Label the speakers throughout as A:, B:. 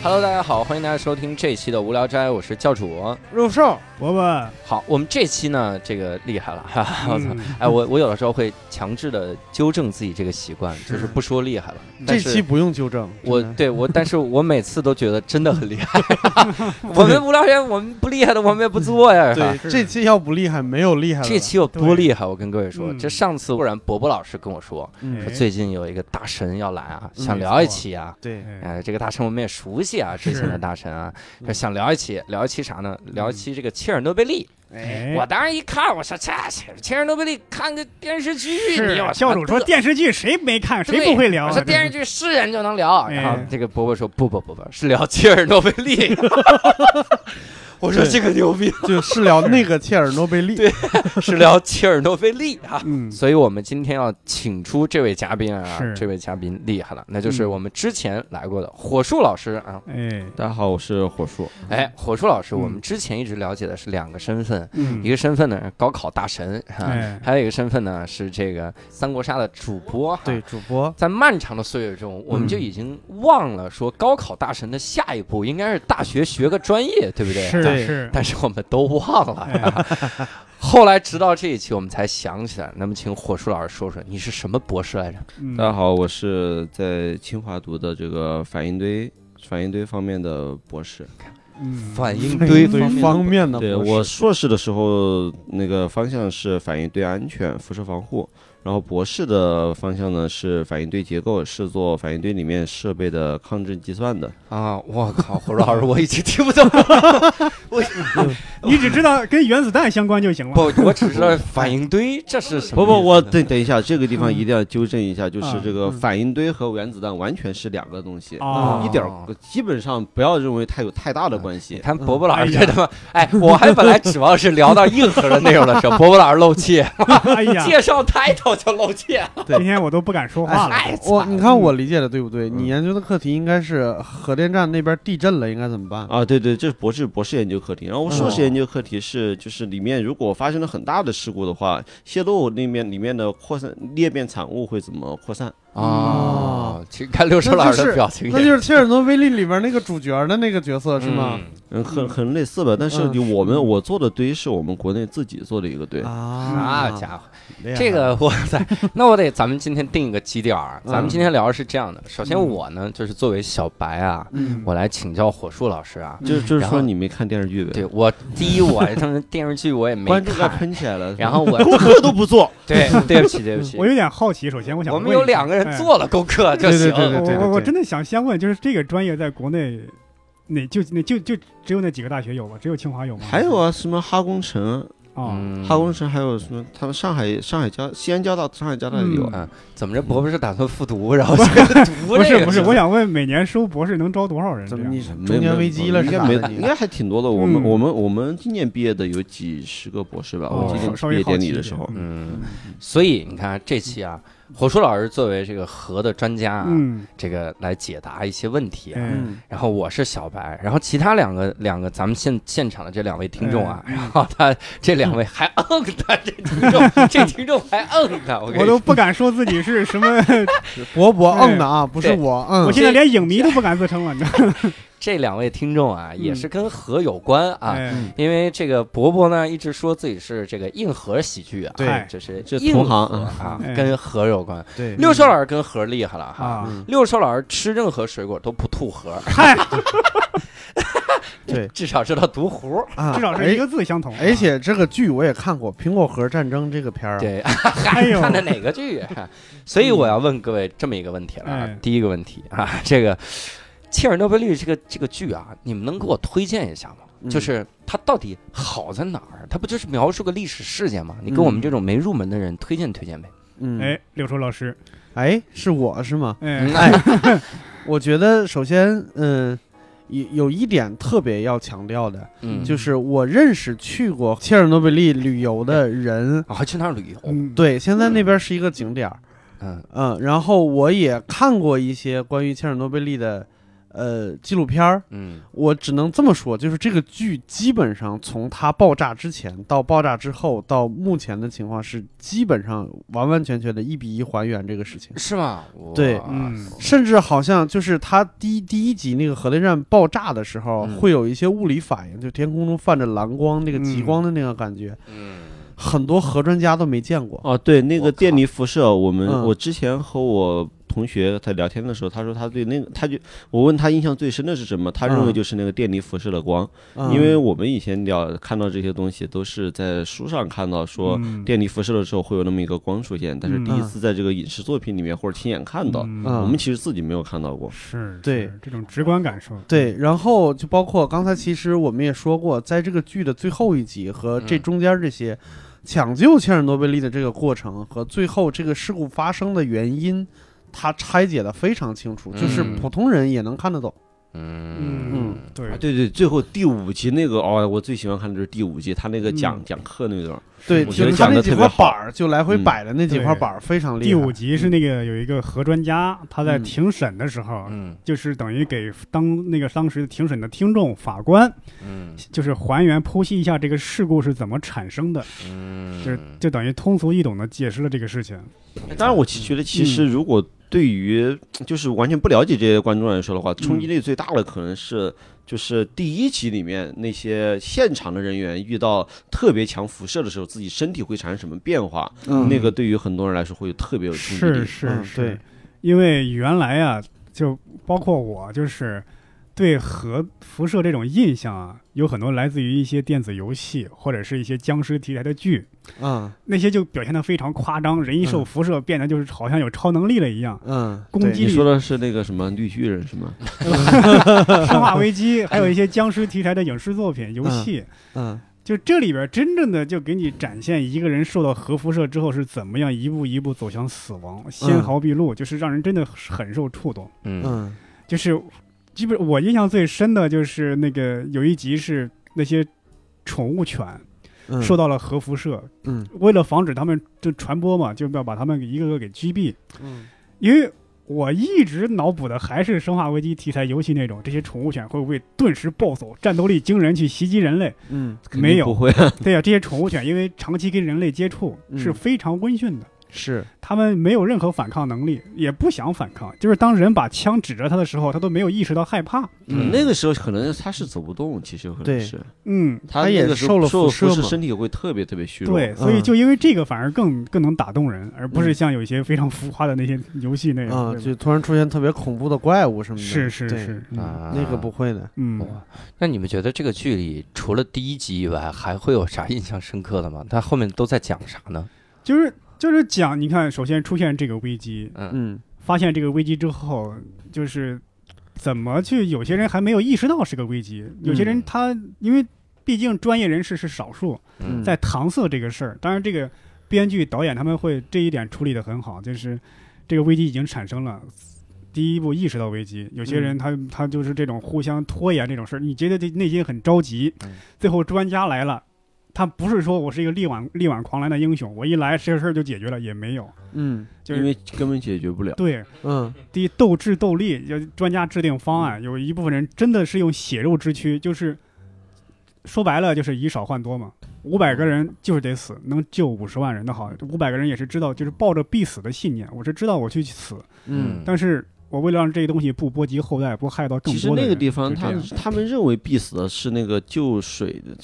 A: Hello，大家好，欢迎大家收听这一期的无聊斋，我是教主。
B: 肉瘦，
C: 伯伯，
A: 好，我们这期呢，这个厉害了，哈哈，我操！
C: 嗯
A: 哎，我我有的时候会强制的纠正自己这个习惯，就是不说厉害了。但
B: 这
A: 是
B: 期不用纠正，
A: 我
B: 真的
A: 对我，但是我每次都觉得真的很厉 害。我们无聊斋，我们不厉害的，我们也不做呀。是吧
B: 对这期要不厉害，没有厉害了。
A: 这期有多厉害？我跟各位说，
B: 嗯
A: 这上次忽然伯伯老师跟我说，
B: 嗯
A: 说
C: 哎
A: 最近有一个大神要来啊，
B: 嗯
A: 想聊一期啊。
B: 对，
C: 哎
A: 哎，这个大神我们也熟悉啊，之前的
C: 是嗯
A: 大神啊，
B: 嗯
A: 说想聊一期，聊一期啥呢？聊一期这个切尔诺贝利。
C: 哎，
A: 我当时一看，我说这切切尔诺贝利看个电视剧，
C: 是
A: 你我
C: 教主说
A: 得
C: 电视剧谁没看，
A: 啊对
C: 谁不会聊
A: 我
C: 啊？
A: 说电视
C: 剧
A: 剧是人就能聊，
C: 哎
A: 然后这个伯伯说不不不不，是聊切尔诺贝 利。 我说
B: 对
A: 这个牛逼，
B: 就是聊那个切尔诺贝利。
A: 对是聊切尔诺贝利啊。
B: 嗯，
A: 所以我们今天要请出这位嘉宾啊
C: 是，嗯
A: 这位嘉宾厉害了，那就是我们之前来过的火树老师啊。
C: 哎，
D: 大家好，我是火树。
A: 哎，火树老师，
C: 嗯
A: 我们之前一直了解的是两个身份，
B: 嗯
A: 一个身份呢是高考大神啊
C: 哎，
A: 还有一个身份呢是这个三国杀的主播。
B: 对，。主播
A: 在漫长的岁月中，我们就已经忘了说高考大神的下一步应该是大学学个专业，对不对？
C: 是
B: 对
C: 是，哎
A: 但是我们都忘了。 后来直到这一期我们才想起来。那么，请火树老师说说你是什么博士来着？
C: 嗯
D: 大家好，我是在清华读的这个反应堆反应堆方面的博士。
C: 嗯
A: 反应
B: 对
A: 堆
B: 方面的博
D: 对
B: 士，
D: 我硕士的时候那个方向是反应堆安全辐射防护，然后博士的方向呢是反应堆结构，是做反应堆里面设备的抗震计算的。
A: 啊！我靠，火树老师，我已经听不懂了。
C: 你只知道跟原子弹相关就行 了。
A: 不，我只知道反应堆这是什么
D: 不
A: 意思呢？
D: 不，我等等一下，这个地方一定要纠正一下，就是
C: 嗯啊
D: 这个
B: 嗯
D: 反应堆和原子弹完全是两个东西，
C: 哦
D: 一点儿基本上不要认为它有太大的关系
A: 你。看伯伯老
B: 嗯
A: 师
C: 哎呀
A: 这他妈，哎，我还本来指望是聊到硬核的内容的时候，伯伯老师漏 气，
C: 哎呀，
A: 介绍 title 就漏气，
C: 今天我都不敢说话了。
A: 太
B: 啊我
A: 惨
B: 你
A: 了。
B: 看我理解的对不
D: 嗯
B: 对？你研究的课题应该是核电站那边地震了，应该怎 么办？
D: 啊，对对，这是博士博士研究课题，然后我硕士
B: 哦
D: 研究课题是就是里面如果发生了很大的事故的话，泄露那面里面的扩散裂变产物会怎么扩散？
A: 哦，去看六叔
B: 嗯那
A: 老
B: 就
A: 师的
B: 是
A: 表情也，
B: 那就是切尔诺贝利里边那个主角的那个角色是吗？
A: 嗯？
D: 嗯，很很类似吧，但是
B: 嗯
D: 你我们我做的堆是我们国内自己做的一个堆，
B: 啊
A: 那家伙，
B: 嗯
A: 这个 我在，那我得咱们今天定一个基调啊。咱
B: 嗯
A: 们今天聊的是这样的，首先我呢，就是作为小白啊，
C: 嗯
A: 我来请教火树老师啊。
D: 就是就是
A: 然后
D: 说你没看电视剧呗？
A: 对，我第一，我他们电视剧我也没
D: 观众要
A: 看，
D: 喷起来了。
A: 然后 我
D: 功课都不做，
A: 对对不起 对不起
C: 嗯我，有点好奇，首先我想
A: 我
C: 问一下，
A: 们有两个人做了功课就
B: 对对
A: 行。
B: 对
C: 哎，
B: 对
C: 我我我真的想先问，就是这个专业在国内，哪就那就就只有那几个大学有吗？只有清华有吗？
D: 还有啊，什么哈工程，
C: 啊，
A: 嗯
D: 哈工程还有什么？他们上海上海交西安交大、上海交大也有
C: 嗯
D: 啊。
A: 嗯，怎么着？伯伯是打算复读，然后这个读
C: 不
A: 这
C: 是
A: 个
C: 不是，我想问，每年收博士能招多少人？这
B: 怎么
C: 样
B: 你
D: 没
B: 中年危机了
D: 应
B: 是
D: 该
B: 吧？
D: 没，应该还挺多的。我们
C: 嗯
D: 我们我们今年毕业的有几十个博士吧，
C: 哦
D: 我今年
C: 稍
D: 毕
C: 微
D: 业
C: 好
D: 典
C: 奇
D: 礼
C: 一
D: 的
C: 点
D: 时候，
A: 嗯，所以你看这期啊，火树老师作为这个核的专家啊，
C: 嗯，
A: 这个来解答一些问题啊。
C: 哎
B: 嗯，
A: 然后我是小白，然后其他两个两个咱们现现场的这两位听众
C: 哎
A: 啊，然后他这两 位还嗯他这听众这听众还嗯他，我跟你
C: 我都
A: 说，
C: 不敢说自己是 什么，
B: 伯伯嗯的啊，不是
A: 对
B: 我嗯，
C: 我现在连影迷都不敢自称了，你知道吗？
A: 这两位听众啊也是跟核有关啊，
C: 嗯
B: 嗯
C: 哎
A: 因为这个伯伯呢一直说自己是这个硬核喜剧啊，
B: 对
A: 就是
D: 这
A: 硬
D: 同行
A: 核啊，
C: 嗯
A: 跟核有关。
B: 对
A: 六兽老师跟核厉害了哈，
B: 嗯
C: 啊，
A: 六兽老师吃任何水果都不吐核，
B: 对
A: 至少知道毒核。
B: 啊，
C: 至少是一个字相同。啊
B: 而且这个剧我也看过，《苹果核战争》这个片儿啊，
A: 对，
C: 哎呦
A: 看的哪个剧？啊 所以我要问各位这么一个问题了啊
C: 哎，
A: 第一个问题啊， 这个《切尔诺贝利》这个这个剧啊，你们能给我推荐一下吗？
B: 嗯
A: 就是它到底好在哪儿？它不就是描述个历史事件吗？你给我们这种没入门的人推荐推荐呗。
B: 嗯，
C: 哎，柳树老师，
B: 哎，是我是吗？
A: 嗯
C: 哎，
B: 哎，我觉得首先，嗯，有有一点特别要强调的，
A: 嗯，
C: 就
B: 就是我认识去过切尔诺贝利旅游的人，
A: 啊，还去那儿旅游？
C: 嗯，
B: 对，现在那边是一个景点儿，
A: 嗯
B: 嗯，然后我也看过一些关于切尔诺贝利的。呃纪录片儿，
A: 嗯
B: 我只能这么说，就是这个剧基本上从它爆炸之前到爆炸之后到目前的情况是基本上完完全全的一比一还原这个事情，
A: 是吗？
B: 对
A: 哇
C: 嗯
B: 甚至好像就是它第一第一集那个核电站爆炸的时候，
A: 嗯
B: 会有一些物理反应，就天空中泛着蓝光那个极
C: 嗯
B: 光的那个感觉，
A: 嗯
B: 很多核专家都没见过。
D: 哦，对，那
A: 我
D: 个
A: 靠
D: 电离辐射，我们
B: 嗯
D: 我之前和我同学他聊天的时候，他说他对那个，他就我问他印象最深的是什么，他认为
B: 嗯
D: 就是那个电离辐射的光，
B: 嗯
D: 因为我们以前聊看到这些东西都是在书上看到说
C: 嗯
D: 电离辐射的时候会有那么一个光出现，但是第一
B: 嗯
D: 次在这个影视作品里面或者亲眼看到，
C: 嗯
B: 嗯
D: 我们其实自己没有看到过。
C: 是
B: 对
C: 是这种直观感受，
B: 对，
D: 嗯
B: 然后就包括刚才其实我们也说过，在这个剧的最后一集和这
A: 嗯
B: 中间这些抢救切尔诺贝利的这个过程和最后这个事故发生的原因，它拆解的非常清楚，就是
A: 嗯
B: 普通人也能看得懂。
A: 嗯
B: 嗯
C: 对
D: 啊，对对，最后第五集那个哦，我最喜欢看的就是第五集，他那个讲、
C: 嗯
D: 讲课那段儿，
B: 对，
D: 我觉
B: 就
D: 得
B: 是他
D: 讲
B: 那
D: 得
B: 几
D: 特
B: 块
D: 别好
B: 板儿，就来回
D: 嗯
B: 摆的那几
C: 对
B: 块板儿非常厉害。
C: 第五集是那个有一个核专家，他在
B: 嗯
C: 庭审的时候，
A: 嗯
C: 就是等于给当那个当时庭审的听众法官，
A: 嗯
C: 就是还原剖析一下这个事故是怎么产生的，
A: 嗯，
C: 就是就等于通俗易懂的解释了这个事情。
D: 当然，我其觉得其实如果对于就是完全不了解这些观众来说的话，冲击力最大的可能是就是第一集里面那些现场的人员遇到特别强辐射的时候，自己身体会产生什么变化，
B: 嗯
D: 那个对于很多人来说会有特别有冲击
C: 是
D: 力。
C: 是
B: 嗯
C: 是，
B: 对
C: 因为原来啊，就包括我，就是对核辐射这种印象啊，有很多来自于一些电子游戏或者是一些僵尸题材的剧，
B: 嗯
C: 那些就表现得非常夸张，人一受
B: 嗯
C: 辐射变得就是好像有超能力了 一样。
B: 嗯，
C: 攻
B: 对
C: 击
D: 你
C: 力
D: 说的是那个什么绿巨人是吗？
C: 生化危机，还有一些僵尸题材的影视作品、游戏。
B: 嗯
C: 就这里边真正的就给你展现一个人受到核辐射之后是怎么样一步一步走向死亡，
B: 嗯
C: 纤毫毕露，就是让人真的很受触动。
A: 嗯
B: 嗯
C: 就是基本我印象最深的就是那个有一集是那些宠物犬
B: 嗯，
C: 受到了核辐射，
B: 嗯
C: 为了防止它们就传播嘛，就要把它们一个个给击毙。
B: 嗯
C: 因为我一直脑补的还是《生化危机》题材游戏那种，这些宠物犬会不会顿时暴走，战斗力惊人去袭击人类？
B: 嗯
D: 肯定
C: 没
D: 不
C: 有，
D: 会啊，
C: 对呀、这些宠物犬因为长期跟人类接触
B: 嗯
C: 是非常温驯的，
B: 是
C: 它们没有任何反抗能力，也不想反抗。就是当人把枪指着它的时候，它都没有意识到害怕。
B: 嗯
D: 那个时候可能他是走不动，其实有可
B: 对
D: 能是
C: 嗯，
B: 他
D: 他
B: 也
D: 那个时候
B: 受了
D: 受
B: 辐射嘛
D: 身体会特别特别虚弱。
C: 对，所以
B: 嗯
C: 就因为这个反而更更能打动人，而不
B: 嗯
C: 是像有一些非常浮夸的那些游戏那样。
B: 啊，
C: 对吧
B: 就突然出现特别恐怖的怪物什么的。
C: 是是
B: 对，
C: 是，嗯
A: 啊，
B: 那个不会的。
C: 嗯，
A: 那你们觉得这个剧里除了第一集以外，还会有啥印象深刻的吗？它后面都在讲啥呢？
C: 就是就是讲，你看，首先出现这个危机，
A: 嗯
B: 嗯
C: 发现这个危机之后，就是怎么去？有些人还没有意识到是个危机，有些人他因为毕竟专业人士是少数，
B: 嗯
C: 在搪塞这个事儿。当然，这个编剧、导演他们会这一点处理得很好，就是这个危机已经产生了。第一步意识到危机，有些人他、他就是这种互相拖延这种事儿，你觉得这内心很着急，
A: 嗯
C: 最后专家来了，他不是说我是一个力挽力挽狂澜的英雄，我一来这事儿就解决了，也没有，
B: 嗯
C: 就是
D: 因为根本解决不了。
C: 对，
B: 嗯
C: 第一，斗智斗力，要专家制定方案，有一部分人真的是用血肉之躯，就是说白了就是以少换多嘛。五百个人就是得死，能救五十万人的好，五百个人也是知道，就是抱着必死的信念，我是知道我去死，
B: 嗯
C: 但是我为了让这些东西不波及后代，不害到更
D: 其实
C: 多的人，
D: 那个地方，
C: 就这
D: 他
C: 样
D: 他们认为必死的是那个救水的，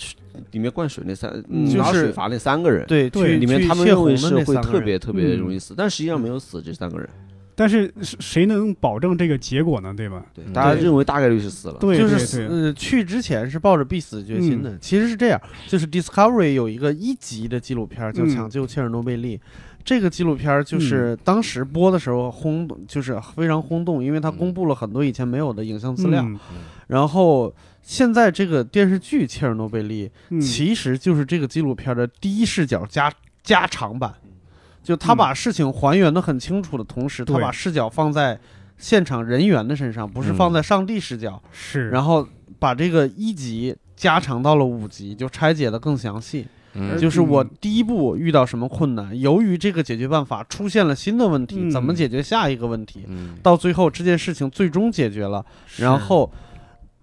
D: 里面灌水那三
C: 嗯
D: 拿
B: 就是
D: 水阀那三个人，
B: 对
C: 对
B: 去
D: 里面
B: 去
D: 他们
B: 泄
D: 认为
B: 洪的
D: 是
B: 那
D: 会
B: 三个
D: 特
B: 人嗯
D: 别特别容易死，但实际上没有死这三个人，
C: 但是谁谁能保证这个结果呢？对吧？
D: 对
A: 嗯
D: 大家
B: 对
D: 认为大概率是死了。
C: 对
B: 就是
C: 对
B: 死
C: 对，
B: 呃，去之前是抱着必死决心的。
D: 嗯
B: 其实是这样，就是 Discovery 有一个一级的纪录片儿叫
C: 嗯
B: 《抢救切尔诺贝利》，这个纪录片儿
D: 嗯
B: 就是当时播的时候轰动，就是非常轰动，因为它
A: 嗯
B: 公布了很多以前没有的影像资料。
C: 嗯
B: 然后现在这个电视剧《切尔诺贝利》
C: 嗯
B: 其实就是这个纪录片儿的第一视角加加长版，就他把事情还原的很清楚的同时，他
C: 对
B: 把视角放在现场人员的身上，不是
A: 嗯
B: 放在上帝视角。
C: 是，
B: 然后把这个一集加长到了五集，就拆解的更详细。
A: 嗯
B: 就是我第一步遇到什么困难，由于这个解决办法出现了新的问题，
C: 嗯
B: 怎么解决下一个问题？
A: 嗯
B: 到最后这件事情最终解决了，然后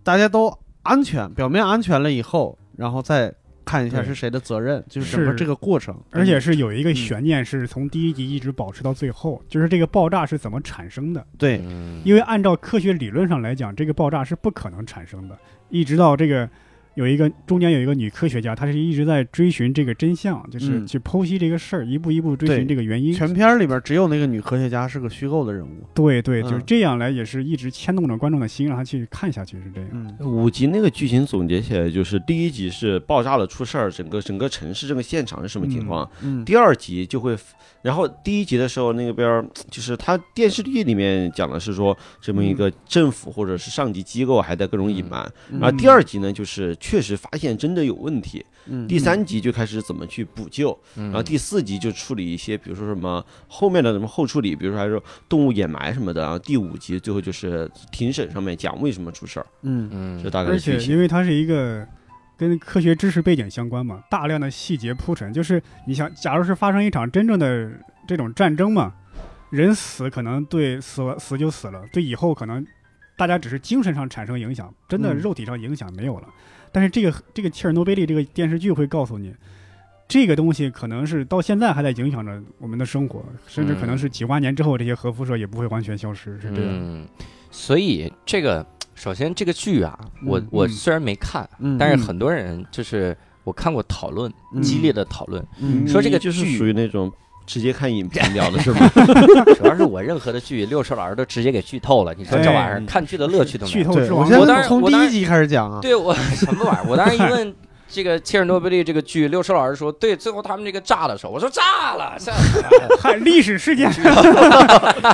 B: 大家都安全，表面安全了以后，然后再看一下
C: 对
B: 是谁的责任，就是整
C: 是
B: 个这个过程。
C: 而且是有一个
B: 嗯
C: 悬念，是从第一集一直保持到最后，就是这个爆炸是怎么产生的。
B: 对，
A: 嗯
C: 因为按照科学理论上来讲，这个爆炸是不可能产生的。一直到这个有一个中间有一个女科学家，她是一直在追寻这个真相，就是
B: 嗯
C: 去剖析这个事儿，一步一步追
B: 对
C: 寻这个原因。
B: 全片儿里边只有那个女科学家是个虚构的人物。
C: 对对，就是
B: 嗯
C: 这样来，也是一直牵动着观众的心，让他去看下去，是这样。
B: 嗯，
D: 五集那个剧情总结起来就是：第一集是爆炸了出事儿，整个整个城市这个现场是什么情况；
B: 嗯，
D: 第二集就会，然后第一集的时候那边儿就是他电视剧里面讲的是说这么一个政府或者是上级机构还在各种隐瞒，
B: 嗯
D: 然后第二集呢就是确实发现真的有问题，
B: 嗯
D: 第三集就开始怎么去补救，
A: 嗯
D: 然后第四集就处理一些比如说什么后面的什么后处理，比如说还是动物掩埋什么的，然后第五集最后就是庭审上面讲为什么出事儿，
B: 嗯
A: 嗯
D: 这大概
C: 而
D: 是
C: 且
D: 剧情。
C: 因为它是一个跟科学知识背景相关嘛，大量的细节铺陈，就是你想，假如是发生一场真正的这种战争嘛，人死可能对死了死就死了，对以后可能大家只是精神上产生影响，真的
B: 嗯
C: 肉体上影响没有了。但是这个这个切尔诺贝利这个电视剧会告诉你。这个东西可能是到现在还在影响着我们的生活，甚至可能是几万年之后，这些核辐射也不会完全消失，是这样。
A: 嗯，所以这个首先这个剧啊，我
B: 嗯
A: 我
C: 嗯
A: 虽然没看，
B: 嗯
A: 但是很多人就是我看过讨论，
B: 嗯
A: 激烈的讨论，
B: 嗯
A: 说这个
D: 你就是
A: 剧
D: 属于那种直接看影评聊的是吗？
A: 主要是我任何的剧，六兽老师都直接给剧透了。你说这玩意儿
D: 哎
A: 看剧的乐趣都没
C: 剧
A: 有。
D: 嗯
C: 透
B: 对，
C: 之
B: 我
C: 王
B: 现
A: 我当
B: 在
A: 然
B: 从
A: 我
B: 第
A: 当
B: 一
A: 然
B: 集开始讲啊。
A: 对我 什么玩意儿？我当时一 问这个切尔诺贝利这个剧，六兽老师说对，最后他们这个炸的时候，我说炸了，这
C: 嗨，历史事件，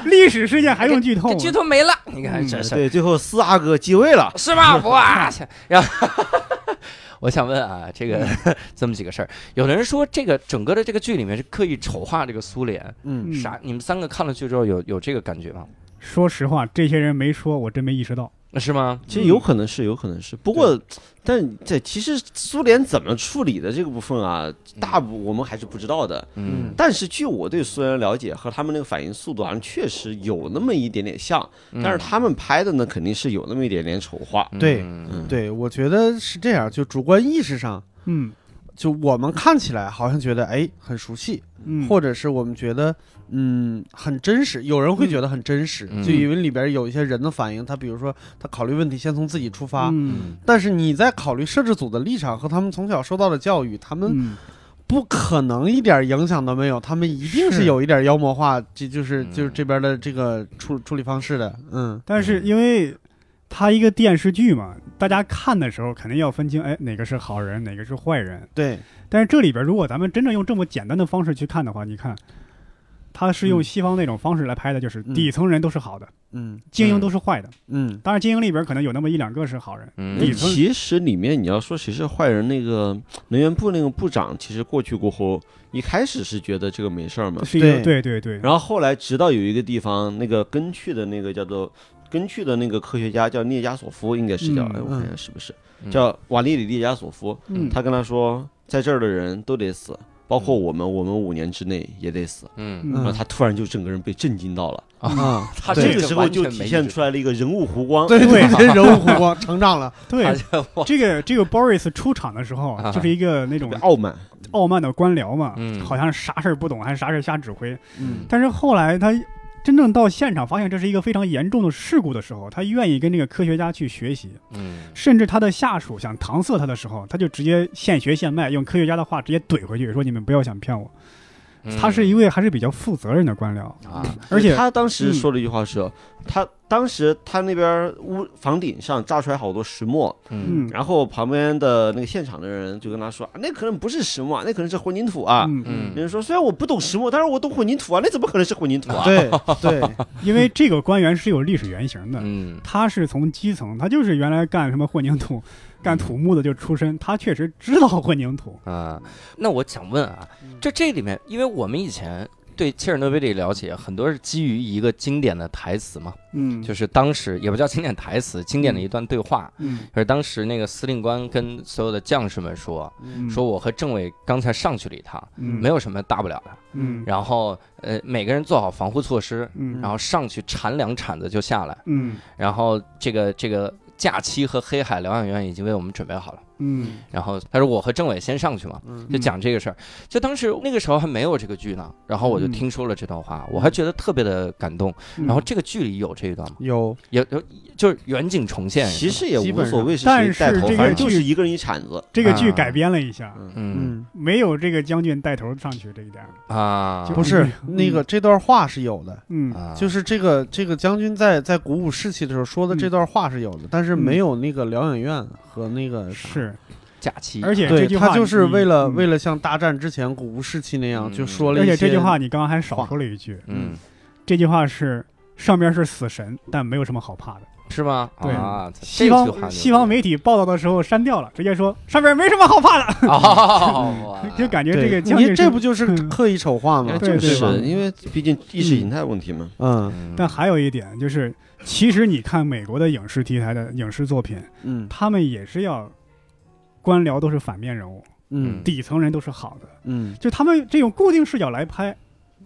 C: 历史事件还用剧透啊
A: 这
C: 吗？
A: 剧透没了。你看这
D: 哎
A: 是
D: 对，最后四阿哥继位了，
A: 是吧？ 哇，切然后 我想问啊，这个
D: 嗯
A: 这么几个事儿，有的人说这个整个的这个剧里面是刻意丑化这个苏联，
B: 嗯
C: 嗯
A: 啥？你们三个看了剧之后有有这个感觉吗？
C: 说实话，这些人没说，我真没意识到。
A: 是吗？
D: 其实有可能是，有可能是。不过，但这其实苏联怎么处理的这个部分啊，大部我们还是不知道的。
A: 嗯
D: 但是据我对苏联了解和他们那个反应速度，好像确实有那么一点点像，
A: 嗯
D: 但是他们拍的呢，肯定是有那么一点点丑化。
B: 对
A: 嗯
B: 对，我觉得是这样，就主观意识上，
C: 嗯
B: 就我们看起来好像觉得哎很熟悉，
C: 嗯，
B: 或者是我们觉得嗯很真实，有人会觉得很真实，
A: 嗯
B: 就因为里边有一些人的反应，他比如说他考虑问题先从自己出发，
C: 嗯
A: 嗯
B: 但是你在考虑摄制组的立场和他们从小受到的教育，他们
C: 嗯
B: 不可能一点影响都没有，他们一定是
C: 是
B: 有一点妖魔化，这就是
A: 嗯
B: 就是这边的这个处处理方式的，嗯
C: 但是因为他一个电视剧嘛，大家看的时候肯定要分清，哎，哪个是好人，哪个是坏人。
B: 对，
C: 但是这里边，如果咱们真正用这么简单的方式去看的话，你看，他是用
B: 嗯
C: 西方那种方式来拍的，就是
B: 嗯
C: 底层人都是好的，
B: 嗯
C: 精英都是坏的。
B: 嗯
C: 当然，精英里边可能有那么一两个是好人。
A: 嗯
D: 那
C: 底层
D: 其实里面你要说谁是坏人，那个能源部那个部长，其实过去过后，一开始是觉得这个没事儿嘛，
C: 是一个
B: 对
C: 对对对，
D: 然后后来直到有一个地方，那个根去的那个叫做根去的那个科学家叫聂加索夫，应该是叫，
C: 嗯
D: 哎，我
B: 嗯
D: 看一下是不是
A: 嗯
D: 叫瓦利里聂加索夫。
C: 嗯，
D: 他跟他说，在这儿的人都得死，包括我们，我们五年之内也得死。
A: 嗯，
B: 嗯
D: 然后他突然就整个人被震惊到了，
B: 啊，
A: 他
D: 这
A: 这
D: 个
A: 个
D: 时候
A: 完全
D: 就
A: 没
D: 体
A: 意
D: 现
A: 识
D: 出来了一个人物弧光。
B: 对
C: 对
B: 对，人物弧光成长了，
C: 对，
A: 他就
C: 这个这个 Boris 出场的时候
A: 哦啊，
C: 就是一个那种
D: 特别傲慢，
C: 傲慢的官僚嘛，
A: 嗯
C: 好像是啥事儿不懂，还是啥事儿瞎指挥。
B: 嗯
C: 但是后来他真正到现场发现这是一个非常严重的事故的时候，他愿意跟这个科学家去学习，
A: 嗯
C: 甚至他的下属想搪塞他的时候，他就直接现学现卖，用科学家的话直接怼回去，说你们不要想骗我。
A: 嗯
C: 他是一位还是比较负责任的官僚，
A: 啊，
C: 而且嗯
D: 他当时说了一句话是，他当时他那边屋房顶上炸出来好多石墨，
A: 嗯
C: 嗯
D: 然后旁边的那个现场的人就跟他说：“啊，那可能不是石墨啊，那可能是混凝土啊。
C: 嗯
A: 嗯
D: 人家说：“虽然我不懂石墨，但是我懂混凝土啊，那怎么可能是混凝土啊？”
B: 对对，
C: 因为这个官员是有历史原型的，
A: 嗯
C: 他是从基层，他就是原来干什么混凝
B: 嗯
C: 土、干土木的就出身，他确实知道混凝土。嗯
A: 啊，那我想问啊，这这里面，因为我们以前对切尔诺贝利了解，很多是基于一个经典的台词嘛，
C: 嗯，
A: 就是当时也不叫经典台词，经典的一段对话，
C: 嗯
A: 就是当时那个司令官跟所有的将士们说，
C: 嗯
A: 说我和政委刚才上去了一趟，没
C: 没
A: 有什么大不了的，
C: 嗯
A: 然后呃每个人做好防护措施，
C: 嗯
A: 然后上去铲两铲子就下来，
C: 嗯
A: 然后这个这个假期和黑海疗养院已经为我们准备好了。
C: 嗯
A: 然后他说我和政委先上去嘛，
B: 嗯
A: 就讲这个事儿。就当时那个时候还没有这个剧呢，然后我就听说了这段话，我还觉得特别的感动。
C: 嗯
A: 然后这个剧里有这一段吗？
B: 有
A: 有有，就是远景重现。
D: 其实也
B: 基
D: 无
B: 本
D: 所
B: 上
D: 谓是
C: 但
D: 谁带
C: 是
D: 头，
C: 这
D: 反
C: 个
D: 正就
C: 剧
D: 是一个人一铲子。
C: 这个剧
A: 啊
C: 改编了一下，
D: 嗯，
A: 嗯
B: 嗯。
C: 没有这个将军带头上去这一点儿，
A: 啊，
C: 嗯就
B: 嗯不是那个这段话是有的，
C: 嗯
A: 啊，
B: 就是是这个这个将军在在鼓舞士气的时候说
C: 嗯
B: 的这段话是有的，但是没有那个疗养院和那个啥。
C: 是，
A: 假期，
C: 而且这
B: 对
C: 句
B: 他
C: 话
B: 就是为了为
C: 了，
B: 了像大战之前鼓舞士气那样，
A: 嗯
B: 就说了
C: 而
B: 一些。
C: 且这句话你刚刚还少
B: 话
C: 说了一句，
A: 嗯，
C: 这句话是上边是死神，但没有什么好怕的。
A: 是吗？
C: 对
A: 啊，这
C: 西
A: 句话就
C: 方西方媒体报道的时候删掉了，直接说上边没什么好怕
A: 啊
C: 的，
A: 哦，哇
C: 就感觉这
B: 对
C: 个将
B: 你
C: 军
B: 这
C: 是
B: 不就是
C: 嗯
B: 刻意丑化吗？
C: 对
D: 就
C: 对吧
D: 是因为毕竟意识形态问题嘛。
B: 嗯
A: 嗯
C: 但还有一点就是，其实你看美国的影视题材的影视作品，
B: 嗯
C: 他们也是要官僚都是反面人物，
B: 嗯
C: 底层人都是好的，
B: 嗯
C: 就他们这种固定视角来拍。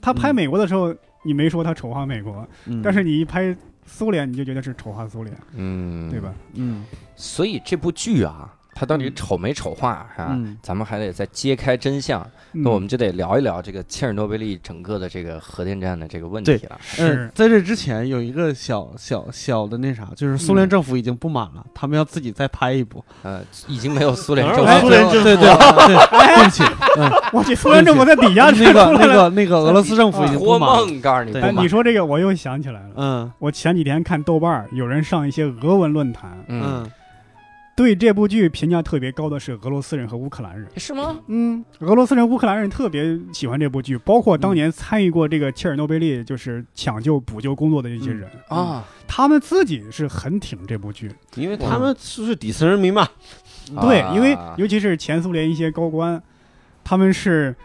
C: 他拍
B: 嗯
C: 美国的时候，你没说他丑化美国，
B: 嗯，
C: 但是你一拍苏联，你就觉得是丑化苏联，
A: 嗯，
C: 对吧？？
B: 嗯
A: 所以这部剧啊，它到底
C: 嗯
A: 丑没丑化是吧？
B: 嗯
A: 咱们还得再揭开真相，
C: 那
A: 那我们就得聊一聊这个切尔诺贝利整个的这个核电站的这个问题了。
B: 嗯
C: 是，
B: 在这之前有一个小小小的那啥，就是苏
C: 嗯
B: 联政府已经不满了，他们要自己再拍一部。呃
A: 呃，已经没有苏联政
D: 哎
A: 府
D: 苏联政府
B: 对对对，
C: 哎
B: 对不起，嗯，
C: 我去，苏联政府在底下
B: 那个
C: 出来
B: 那
C: 了。
B: 个那个俄罗斯政府已经不
A: 托
B: 满了。
A: 梦，告诉你不
B: 对
C: 哎，
A: 满
C: 你。说这个我又想起来了。
B: 嗯
C: 我前几天看豆瓣儿，有人上一些俄文论坛，
A: 嗯，
B: 嗯
C: 对这部剧评价特别高的是俄罗斯人和乌克兰人。
A: 是吗？
C: 嗯，俄罗斯人、乌克兰人特别喜欢这部剧，包括当年参与过这个切尔诺贝利就是抢救补救工作的一些人，
A: 啊，
C: 他们自己是很挺这部剧。
D: 因为他们是不是底层人民嘛？
C: 嗯对
A: 啊，
C: 因为尤其是前苏联一些高官，他们是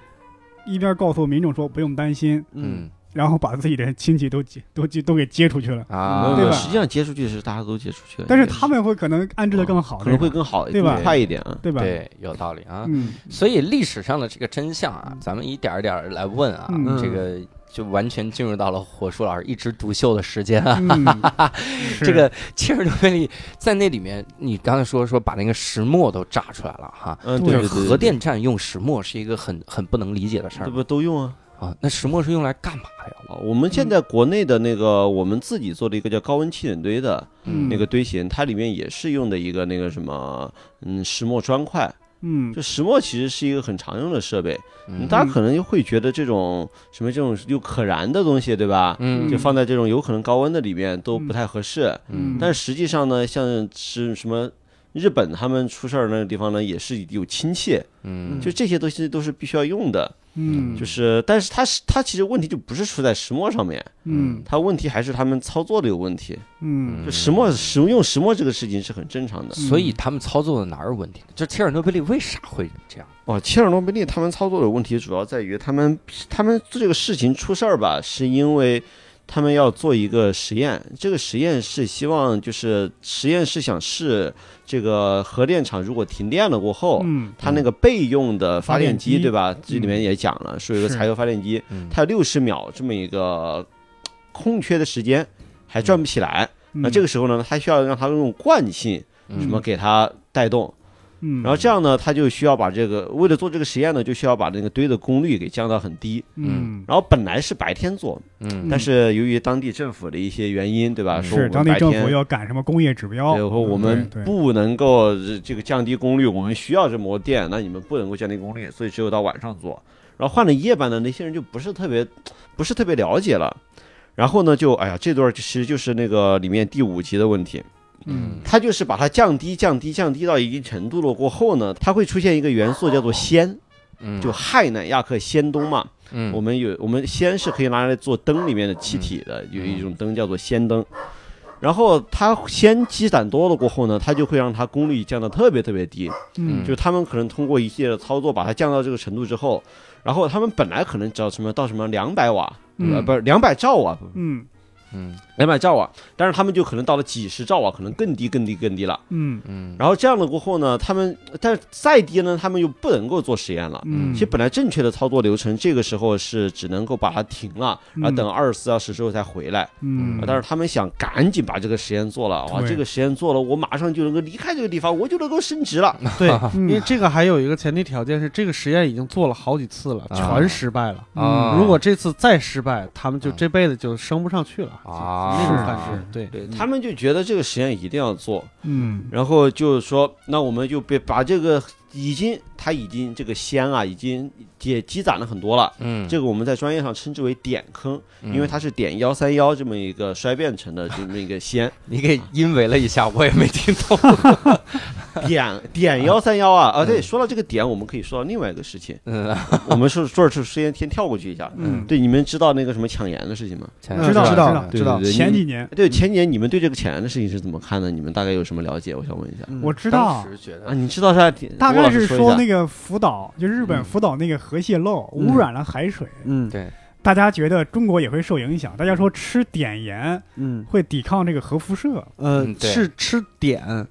C: 一边告诉民众说不用担心，
B: 嗯
A: 嗯
C: 然后把自己的亲戚都接都接都给接出去了，
A: 啊，
C: 对吧
D: 实际上接出去是大家都接出去了，
C: 但是他们会可能安置的更好，
D: 可能会更好，
C: 对吧
D: 更快一点啊。
C: 对吧？
A: 哦对有道理啊。
C: 嗯，
A: 所以历史上的这个真相啊
C: 嗯，
A: 咱们一点儿一点儿来问啊，
C: 嗯
A: 这个就完全进入到了火树老师一枝独秀的时间啊。
C: 嗯，是
A: 这个切尔诺贝利在那里面，你刚才说说把那个石墨都炸出来了哈，
D: 嗯，
C: 对
D: 对
A: 就
D: 对
A: 是
D: 对，
A: 核电站用石墨是一个很很不能理解的事
D: 这
A: 儿
D: 不都用
C: 嗯
D: 啊？
A: 啊。那石墨是用来干嘛的呀？
D: 啊，我们现在国内的那个，我们自己做了一个叫高温气冷堆的
C: 嗯
D: 那个堆型，它里面也是用的一个那个什么，嗯，石墨砖块。
C: 嗯
D: 就石墨其实是一个很常用的设备，
A: 嗯
D: 大家可能就会觉得这种什么这种又可燃的东西，对吧？
A: 嗯
D: 就放在这种有可能高温的里面都不太合适。
A: 嗯
D: 但实际上呢，像是什么日本他们出事儿那个地方呢，也是有氢气，
A: 嗯
D: 就这些东西都是必须要用的。
C: 嗯
D: 就是，但是它是它其实问题就不是出在石墨上面，
C: 嗯
D: 它问题还是他们操作的有问题。
C: 嗯
D: 就石墨使用石墨这个事情是很正常的。
A: 所以他们操作的哪儿有问题？就切尔诺贝利为啥会这样？
D: 哦，切尔诺贝利他们操作的问题主要在于他们他们这个事情出事儿吧，是因为他们要做一个实验，这个实验是希望就是实验是想试这个核电厂如果停电了过后。
C: 嗯
D: 它那个备用的发电
C: 发
D: 机，
C: 电机
D: 对吧？这里面也讲了，说有个
C: 是
D: 柴油发电机，
A: 嗯
D: 它有六十秒这么一个空缺的时间，还转不起来。
C: 嗯
D: 那这个时候呢，它需要让它用惯性
A: 嗯
D: 什么给它带动，
C: 嗯，
D: 然后这样呢，它就需要把这个为了做这个实验呢，就需要把那个堆的功率给降到很低。
C: 嗯
D: 然后本来是白天做，
A: 嗯
D: 但是由于当地政府的一些原因，对吧？
A: 嗯
D: 说我
C: 是
D: 们
C: 当地
D: 白
C: 政
D: 天
C: 府要赶什么工业指标，嗯
D: 对，说我们
C: 对对
D: 不能够呃这个降低功率，我们需要这么多电，那你们不能够降低功率，所以只有到晚上做。然后换了夜班的那些人就不是特别，不是特别了解了。然后呢，就哎呀，这段其实就是那个里面第五集的问题，
C: 嗯
D: 它就是把它降低、降低、降低到一定程度了过后呢，它会出现一个元素叫做氙，
A: 嗯
D: 就氦氖氩氪氙氡嘛。
A: 嗯
D: 我们有我们氙是可以拿来做灯里面的气体的，有一种灯叫做氙灯。然后它先积攒多了过后呢，它就会让它功率降到特别特别低，
C: 嗯
A: 嗯
D: 就他们可能通过一系列的操作把它降到这个程度之后，然后他们本来可能只要什么到什么两百瓦，
C: 嗯
D: 呃，不是两百兆瓦，
C: 嗯
A: 嗯
D: 两百兆瓦，但是他们就可能到了几十兆瓦，可能更低更低更低了。
C: 嗯
A: 嗯
D: 然后这样了过后呢，他们但是再低呢，他们又不能够做实验了。
C: 嗯，
D: 其实本来正确的操作流程，这个时候是只能够把它停了，然后等二十四小时之后再回来。
C: 嗯，
D: 但是他们想赶紧把这个实验做了，哇，
C: 对
D: 这个实验做了，我马上就能够离开这个地方，我就能够升职了。
B: 对，因为
C: 嗯
B: 这个还有一个前提条件是，这个实验已经做了好几次了，
A: 啊
B: 全失败了。
A: 啊，
B: 如果这次再失败，他们就
A: 啊
B: 这辈子就升不上去了
A: 啊
B: 那种
C: 是
B: 感觉。对，
D: 对 他们就觉得这个实验一定要做，
C: 嗯
D: 然后就是说，那我们就别把这个已经它已经这个先啊，已经也积攒了很多了。
A: 嗯，
D: 这个我们在专业上称之为点坑，
A: 嗯
D: 因为它是点幺三幺这么一个衰变成的这么一个 先
A: 你给因为了一下，我也没听懂。
D: 点点幺三幺啊啊！对，
A: 嗯
D: 说到这个点，我们可以说到另外一个事情，
A: 嗯，
D: 我们说说是时间先跳过去一下。
C: 嗯，
D: 对，你们知道那个什么抢盐的事情吗？
A: 前
B: 嗯
C: 知道
B: 知
C: 知
B: 道
C: 道
D: 对
B: 知道
D: 对。对
C: 前
D: 你
C: 几年
D: 对前年你们对这个抢盐的事情是怎么看的？你们大概有什么了解？我想问一下
B: 嗯
C: 我知道
A: 当，时觉得
D: 啊，你知道啥？
C: 大
D: 吴
C: 概
D: 老师
C: 是
D: 说
C: 说
D: 一下嗯
C: 那个福岛，就日本
A: 嗯
C: 福岛那个核泄漏
B: 嗯
C: 污染了海水，
B: 嗯
A: 对，
C: 大家觉得中国也会受影响，大家说吃碘盐
B: 嗯
C: 会抵抗这个核辐射，
B: 呃
A: 嗯，对
B: 是吃碘，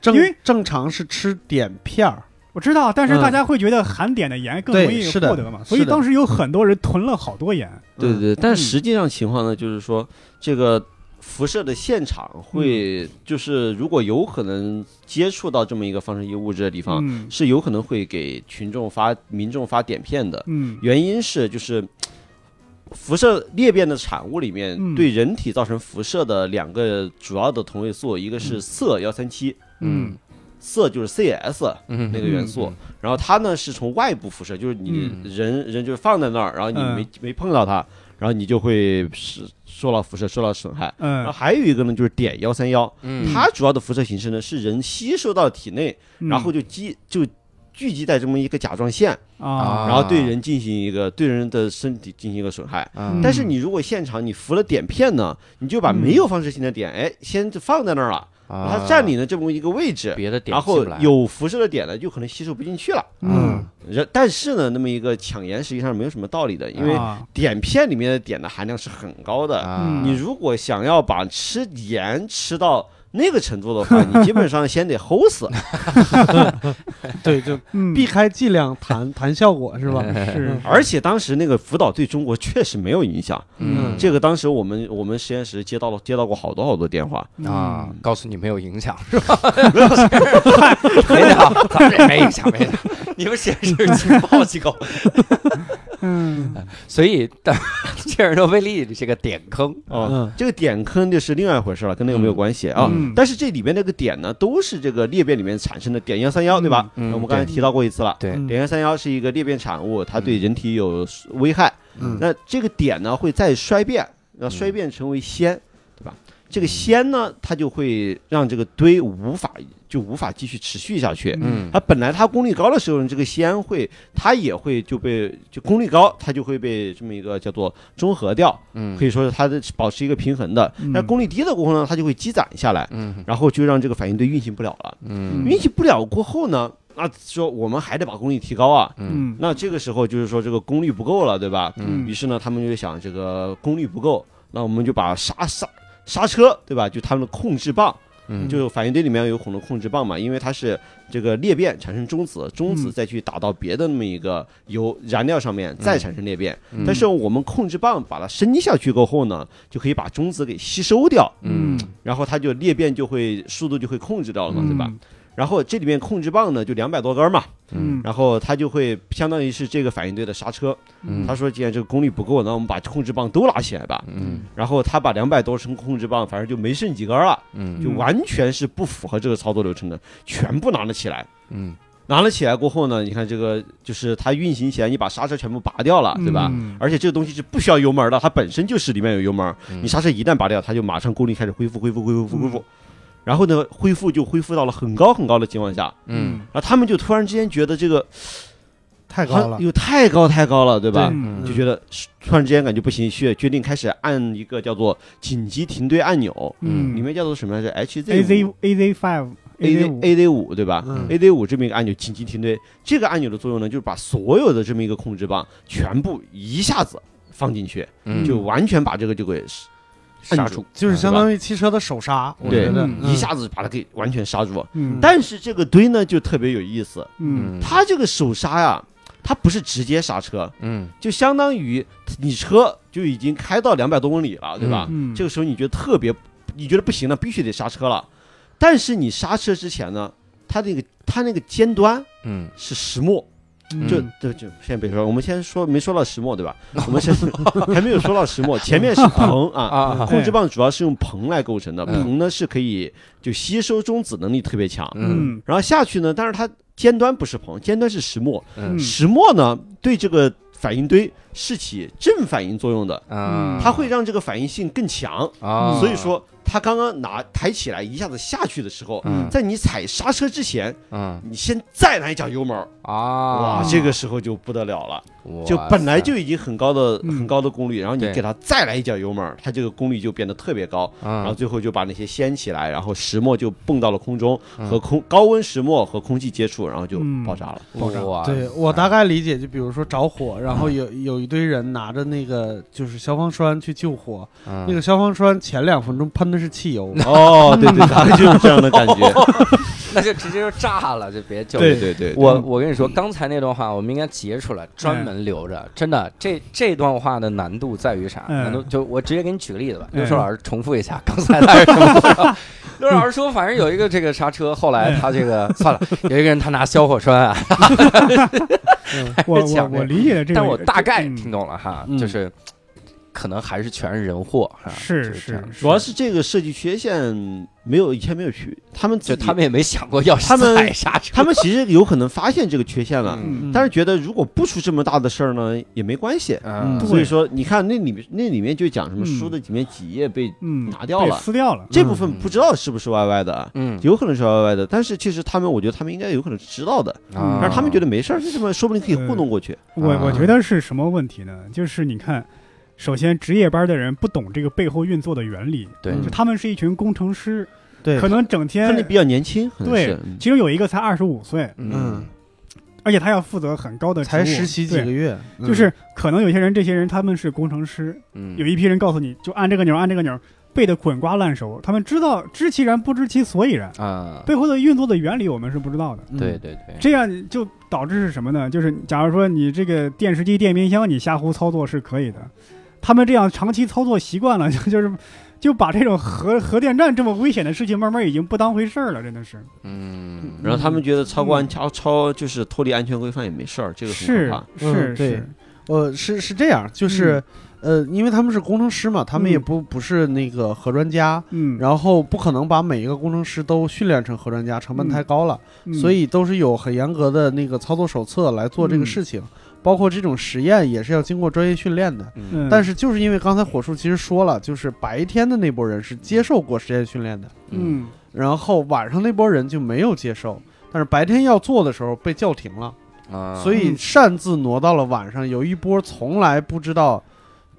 B: 正
C: 因为
B: 正常是吃碘片儿。
C: 我知道，但是
B: 嗯
C: 大家会觉得含碘的盐更
B: 对
C: 容易
B: 是的
C: 获得嘛，所以
B: 是的
C: 当时有很多人囤了好多盐。
D: 对
B: 嗯
D: 对，对，但
C: 嗯
D: 实际上情况呢，就是说这个辐射的现场会，就是如果有可能接触到这么一个放射性物质的
B: 啊
D: 地方，
C: 嗯
D: 是有可能会给群众发、民众发碘片的。
C: 嗯
D: 原因是就是辐射裂变的产物里面
C: 嗯
D: 对人体造成辐射的两个主要的同位素，一个是铯幺三七，
A: 嗯
D: 铯就是 CS，
A: 嗯，
D: 那个元素，然后它呢是从外部辐射，就是你
A: 嗯
D: 人、人就是放在那儿，然后你
C: 嗯
D: 没、没碰到它，然后你就会是受到辐射受到损害。然后
C: 嗯，
D: 还有一个呢，就是碘幺三幺，
A: 嗯，
D: 它主要的辐射形式呢是人吸收到体内，然后就积就聚集在这么一个甲状腺，
C: 嗯啊，
D: 然后对人进行一个对人的身体进行一个损害。
A: 嗯
D: 但是你如果现场你服了碘片呢，你就把
C: 嗯
D: 没有放射性的碘，哎，先放在那儿了，
A: 啊
D: 它占领了这么一个位置，
A: 别的点
D: 然
A: 进不
D: 后
A: 来，
D: 有辐射的点呢，就可能吸收不进去了。
C: 嗯，
D: 然但是呢，那么一个抢盐实际上没有什么道理的，因为
C: 啊
D: 碘片里面的碘的含量是很高的。
A: 啊
D: 你如果想要把吃盐吃到那个程度的话，你基本上先得齁死。
B: 对，就
C: 嗯
B: 避开剂量谈谈效果是吧？
C: 是
D: 而且当时那个福岛对中国确实没有影响，
A: 嗯
D: 这个当时我们我们实验室接到了接到过好多好多电 话，
A: 啊
C: 嗯，
A: 告诉你没有影 响是吧？没有，咱们也没影响，没影响。 你们显示情报机 构，
C: 嗯
A: 所以但切尔诺贝利这个点坑
D: 哦，
B: 嗯
D: 这个碘坑就是另外一回事了，跟那个没有关系啊。
C: 嗯
D: 但是这里面那个碘呢，都是这个裂变里面产生的碘幺三幺，对吧？
A: 嗯
D: 那我们刚才
C: 对
D: 提到过一次了。
A: 对嗯
B: 嗯
D: 碘幺三幺是一个裂变产物，它对人体有危害。
B: 嗯
D: 那这个碘呢会再衰变，那
A: 嗯
D: 衰变成为氙，对吧？这个氙呢，它就会让这个堆无法就无法继续持续下去。
A: 嗯
D: 它本来它功率高的时候，这个氙会它也会就被就功率高，它就会被这么一个叫做中和掉，
A: 嗯
D: 可以说是它的保持一个平衡的。但功率低的过后呢，它就会积攒下来，
A: 嗯
D: 然后就让这个反应堆运行不了了。
A: 嗯
D: 运行不了过后呢，那说我们还得把功率提高啊。
A: 嗯
C: 嗯
D: 那这个时候就是说这个功率不够了，对吧？
A: 嗯
D: 于是呢，他们就想这个功率不够，那我们就把刹刹刹车，对吧？就他们的控制棒，
A: 嗯
D: 就反应堆里面有很多控制棒嘛，因为它是这个裂变产生中子，中子
C: 嗯
D: 再去打到别的那么一个油燃料上面，再产生裂变。
A: 嗯
D: 但是我们控制棒把它伸下去过后呢，就可以把中子给吸收掉，
A: 嗯
D: 然后它就裂变就会速度就会控制掉了嘛，对吧？？
A: 嗯
D: 然后这里面控制棒呢就两百多根嘛，
C: 嗯
D: 然后它就会相当于是这个反应堆的刹车。
A: 嗯
D: 他说既然这个功率不够，那我们把控制棒都拉起来吧。
A: 嗯
D: 然后他把两百多升控制棒，反正就没剩几根了，
A: 嗯
D: 就完全是不符合这个操作流程的，全部拿了起来。
A: 嗯
D: 拿了起来过后呢，你看这个就是它运行起来，你把刹车全部拔掉了，对吧？
C: 嗯
D: 而且这个东西是不需要油门的，它本身就是里面有油门，
A: 嗯
D: 你刹车一旦拔掉，它就马上功率开始恢复，恢复，恢复，恢复。然后呢，恢复就恢复到了很高很高的情况下，
A: 嗯
D: 然后他们就突然之间觉得这个
B: 太高
D: 好
B: 了
D: 像，有太高太高了，对吧？
C: 嗯
D: 就觉得突然之间感觉不行，决决定开始按一个叫做紧急停队按钮，
A: 嗯
D: 里面叫做什么来着
C: 嗯，A
D: ？HZ
C: Z A Z five A Z
D: AZ
C: 五，
D: AZ 五对吧
B: 嗯
D: ？AZ 五这么一个按钮紧急停队，这个按钮的作用呢，就是把所有的这么一个控制棒全部一下子放进去，
A: 嗯
D: 就完全把这个就给
A: 刹
D: 摁
A: 住
D: 住，
B: 嗯就是相
D: 于
B: 当于汽车的手刹，我
D: 对
B: 觉得
C: 嗯
D: 一下子把它给完全刹住。
C: 嗯，
D: 但是这个堆呢就特别有意思，
C: 嗯
A: 嗯
D: 它这个手刹呀，它不是直接刹车，
A: 嗯
D: 就相当于你车就已经开到两百多公里了，对吧？
C: 嗯，
D: 这个时候你觉得特别，你觉得不行了，必须得刹车了。但是你刹车之前呢，它那个它那个尖端
A: 嗯，
D: 是石磨，
C: 嗯
D: 就就就先别说，我们先说没说到石磨对吧？我们先 还没有说到石磨，前面是硼啊。
A: 啊
D: 控制棒主要是用硼来构成的，
A: 嗯
D: 硼呢是可以就吸收中子能力特别强，
A: 嗯
C: 嗯
D: 然后下去呢，但是它尖端不是硼，尖端是石墨，
A: 嗯
D: 石墨呢对这个反应堆是起正反应作用的，
A: 啊，
D: 它会让这个反应性更强。
A: 啊，
D: 所以说，它刚刚拿抬起来一下子下去的时候，
A: 嗯
D: 在你踩刹车之前，
A: 嗯
D: 你先再来一脚油门儿，
A: 啊
D: 哇，，这个时候就不得了了，就本来就已经很高的
C: 嗯
D: 很高的功率，然后你
A: 对
D: 给它再来一脚油门儿，它这个功率就变得特别高，然后
A: 啊
D: 最后就把那些掀起来，然后石墨就蹦到了空中，
A: 嗯
D: 和空高温石墨和空气接触，然后就
C: 嗯
D: 爆炸 了。
C: 爆炸
A: 哇，
B: 对我大概理解，就比如说着火，然后有有一堆人拿着那个就是消防栓去救火，
A: 那
B: 那个消防栓前两分钟喷的是汽油，
D: 哦，对对， 大概就是这样的感觉。
A: 那就直接就炸了，就别救了。
D: 对对对，对
A: 我我跟你说，刚才那段话我们应该截出来，专门留着。真的，这这段话的难度在于啥？
C: 嗯
A: 难度就我直接给你举个例子吧。
C: 嗯
A: 刘硕老师重复一下刚才他是什么说的？刘硕老师说，反正有一个这个刹车，后来他这个算了，有一个人他拿消火栓啊，
C: 我我
A: 讲
C: 我理解的这个，
A: 但我大概
C: 嗯
A: 听懂了哈，
B: 嗯
A: 就是可能还是全是人祸哈，
C: 是
A: 就是这样
C: 是，
D: 主要是这个设计缺陷没有以前没有去，他们
A: 就
D: 自己
A: 他们也没想过要
D: 他们
A: 踩刹 车，
D: 他们其实有可能发现这个缺陷了，
A: 嗯
D: 但是觉得如果不出这么大的事儿呢也没关系。
A: 嗯
C: 对
D: 所以说，你看那里面那里面就讲什么
C: 嗯
D: 书的里面几页被
C: 嗯
D: 拿掉了
C: 被撕掉了，
D: 这部分不知道是不是 YY 的啊，
A: 嗯，
D: 有可能是 YY 的，但是其实他们我觉得他们应该有可能是知道的，
A: 啊
D: 嗯但是他们觉得没事儿，为什么说不定可以糊弄过去？
C: 我我
A: 啊
C: 觉得是什么问题呢？就是你看，首先值夜班的人不懂这个背后运作的原理，
A: 对
C: 就他们是一群工程师，
B: 嗯对
C: 可能整天
D: 看你比较年轻，可能
C: 对
D: 是，嗯
C: 其中有一个才二十五岁，
A: 嗯
C: 而且他要负责很高的职务
B: 才实习几个
C: 对
B: 月，嗯
C: 就是可能有些人，这些人他们是工程师，
A: 嗯
C: 有一批人告诉你就按这个钮儿按这个钮儿，背得滚瓜烂熟，他们知道知其然不知其所以然，
A: 啊，
C: 背后的运作的原理我们是不知道的。
B: 嗯
A: 对对对，
C: 这样就导致是什么呢？就是假如说你这个电视机、电冰箱，你瞎胡操作是可以的。他们这样长期操作习惯了，就 就是就把这种核核电站这么危险的事情，慢慢已经不当回事儿了，真的是。
A: 嗯
D: 然后他们觉得超过安超超就是脱离安全规范也没事儿，这个很可
C: 是
D: 怕。
C: 是
B: 嗯对
C: 是，
B: 呃，是是这样，就是、呃，因为他们是工程师嘛，他们也
C: 嗯
B: 不、不是那个核专家，
C: 嗯，
B: 然后不可能把每一个工程师都训练成核专家，成本太高了，
C: 嗯
B: 所以都是有很严格的那个操作手册来做这个
C: 嗯
B: 事情，包括这种实验也是要经过专业训练的。
C: 嗯
B: 但是就是因为刚才火叔其实说了，就是白天的那波人是接受过实验训练的，
C: 嗯
B: 然后晚上那波人就没有接受，但是白天要做的时候被叫停了。
A: 啊，
B: 所以擅自挪到了晚上，有一波从来不知道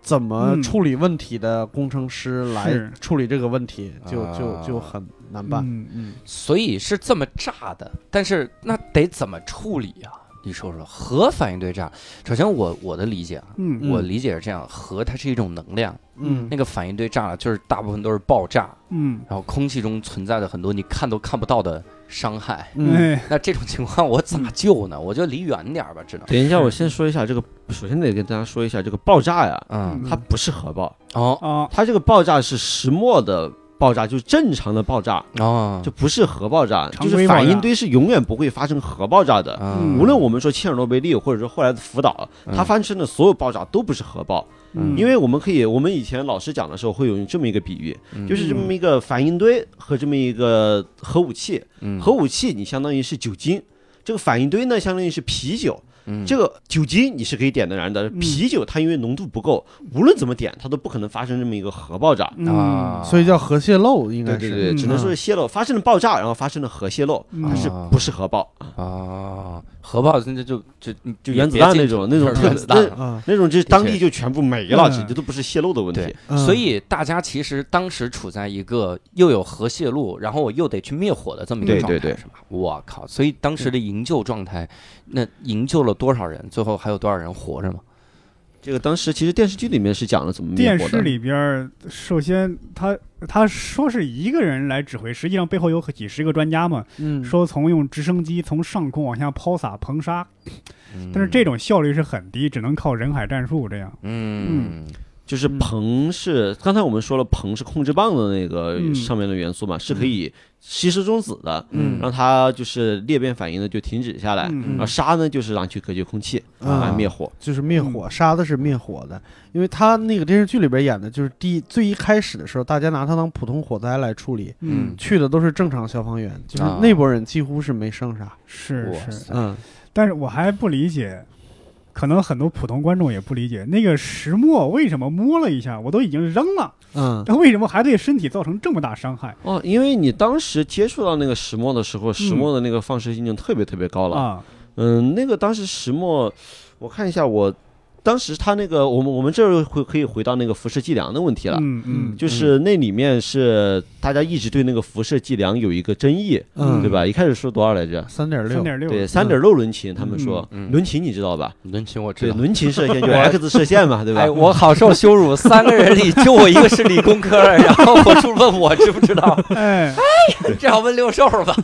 B: 怎么处理问题的工程师来
C: 是
B: 处理这个问题，
A: 啊
B: 就就就很难办。
C: 嗯嗯
A: 所以是这么炸的，但是那得怎么处理啊？你说说核反应堆炸，首先我我的理解啊，
C: 嗯
A: 我理解是这样，核它是一种能量，
B: 嗯
A: 那个反应堆炸了，就是大部分都是爆炸，
C: 嗯
A: 然后空气中存在着很多你看都看不到的伤 害，
C: 嗯，
B: 嗯
C: 哎
A: 那这种情况我咋救呢？我就离远点儿吧，只能，
D: 等一下，我先说一下这个，首先得跟大家说一下这个爆炸呀，
A: 嗯，
D: 它不是核爆，
A: 哦
C: 啊
D: 它这个爆炸是石墨的爆炸，就是正常的爆炸，
A: 哦，
D: 就不是核爆炸，
C: 常
D: 就
C: 规
D: 是
C: 爆炸
D: 反应堆是永远不会发生核爆炸的。
A: 嗯
D: 无论我们说切尔诺贝利，或者说后来的福岛，
A: 嗯
D: 它发生的所有爆炸都不是核爆，
C: 嗯
D: 因为我们可以，我们以前老师讲的时候会有这么一个比喻，
A: 嗯
D: 就是这么一个反应堆和这么一个核武器，
A: 嗯
D: 核武器你相当于是酒精，这个反应堆呢相当于是啤酒，
A: 嗯
D: 这个酒精你是可以点得燃的，
C: 嗯
D: 啤酒它因为浓度不够，无论怎么点它都不可能发生这么一个核爆炸。
C: 嗯
A: 啊，
B: 所以叫核泄漏，应该
D: 对
B: 是
D: 对
C: 嗯
D: 对，只能说是泄漏，发生了爆炸，然后发生了核泄漏，
C: 嗯
D: 但是不是核爆，
A: 啊，核爆那就就就
D: 就原子弹那种，那种特
A: 原子弹。
B: 啊，
D: 那种就是当地
A: 的
D: 就全部没了，
C: 嗯
D: 这这都不是泄漏的问题
A: 对。
B: 嗯
A: 所以大家其实当时处在一个又有核泄露，然后我又得去灭火的这么一个
D: 对
A: 状态，
D: 对对
A: 是吧？我靠！所以当时的营救状态，那营救了多少人？最后还有多少人活着吗？
D: 这个当时其实电视剧里面是讲了怎么灭
C: 电
D: 火
C: 视
D: 的。
C: 里边儿，首先他他说是一个人来指挥，实际上背后有几十个专家嘛，
B: 嗯，
C: 说从用直升机从上空往下抛洒硼砂，
A: 嗯
C: 但是这，种效率是很低，只能靠人海战术这样。
A: 嗯
D: 就是
C: 嗯
D: 硼是刚才我们说了，硼是控制棒的那个
C: 嗯
D: 上面的元素嘛，是可以吸收中子的，
B: 嗯
D: 让它就是裂变反应呢就停止下来。
C: 嗯
D: 然后沙呢就是让去隔绝空气，
B: 啊
D: 来灭火。
B: 就是灭火，
C: 嗯
B: 杀的是灭火的，因为他那个电视剧里边演的就是第一最一开始的时候，大家拿它当普通火灾来处理，
A: 嗯
B: 去的都是正常消防员，就是
A: 啊
B: 那波人几乎是没剩啥。
C: 是
A: 哇
C: 是，
A: 塞
B: 嗯，
C: 但是我还不理解，可能很多普通观众也不理解，那个石墨为什么摸了一下，我都已经扔 了，
B: 嗯，
C: 但为什么还对身体造成这么大伤害
D: 哦，因为你当时接触到那个石墨的时
A: 嗯
D: 候，石墨的那个放射性就特别特别高了。
C: 啊？
D: 嗯，那个当时石墨，我看一下我。当时他那个，我们我们这儿会可以回到那个辐射剂量的问题了，
C: 嗯嗯，
D: 就是那里面是大家一直对那个辐射剂量有一个争议，
B: 嗯
D: 对吧？一开始说多少来着？
B: 三点
C: 嗯三
B: 六，
C: 点六，
D: 对，三点六伦琴，他们说
A: 嗯嗯
D: 伦琴你知道吧？
A: 伦琴我知
D: 对，
A: 道。
D: 伦琴射 线就是 X 射线嘛，对吧
A: 哎，？我好受羞辱，三个人里就我一个是理工科的，然后我就问我知不知道，
C: 哎，
A: 这要问六兽吧。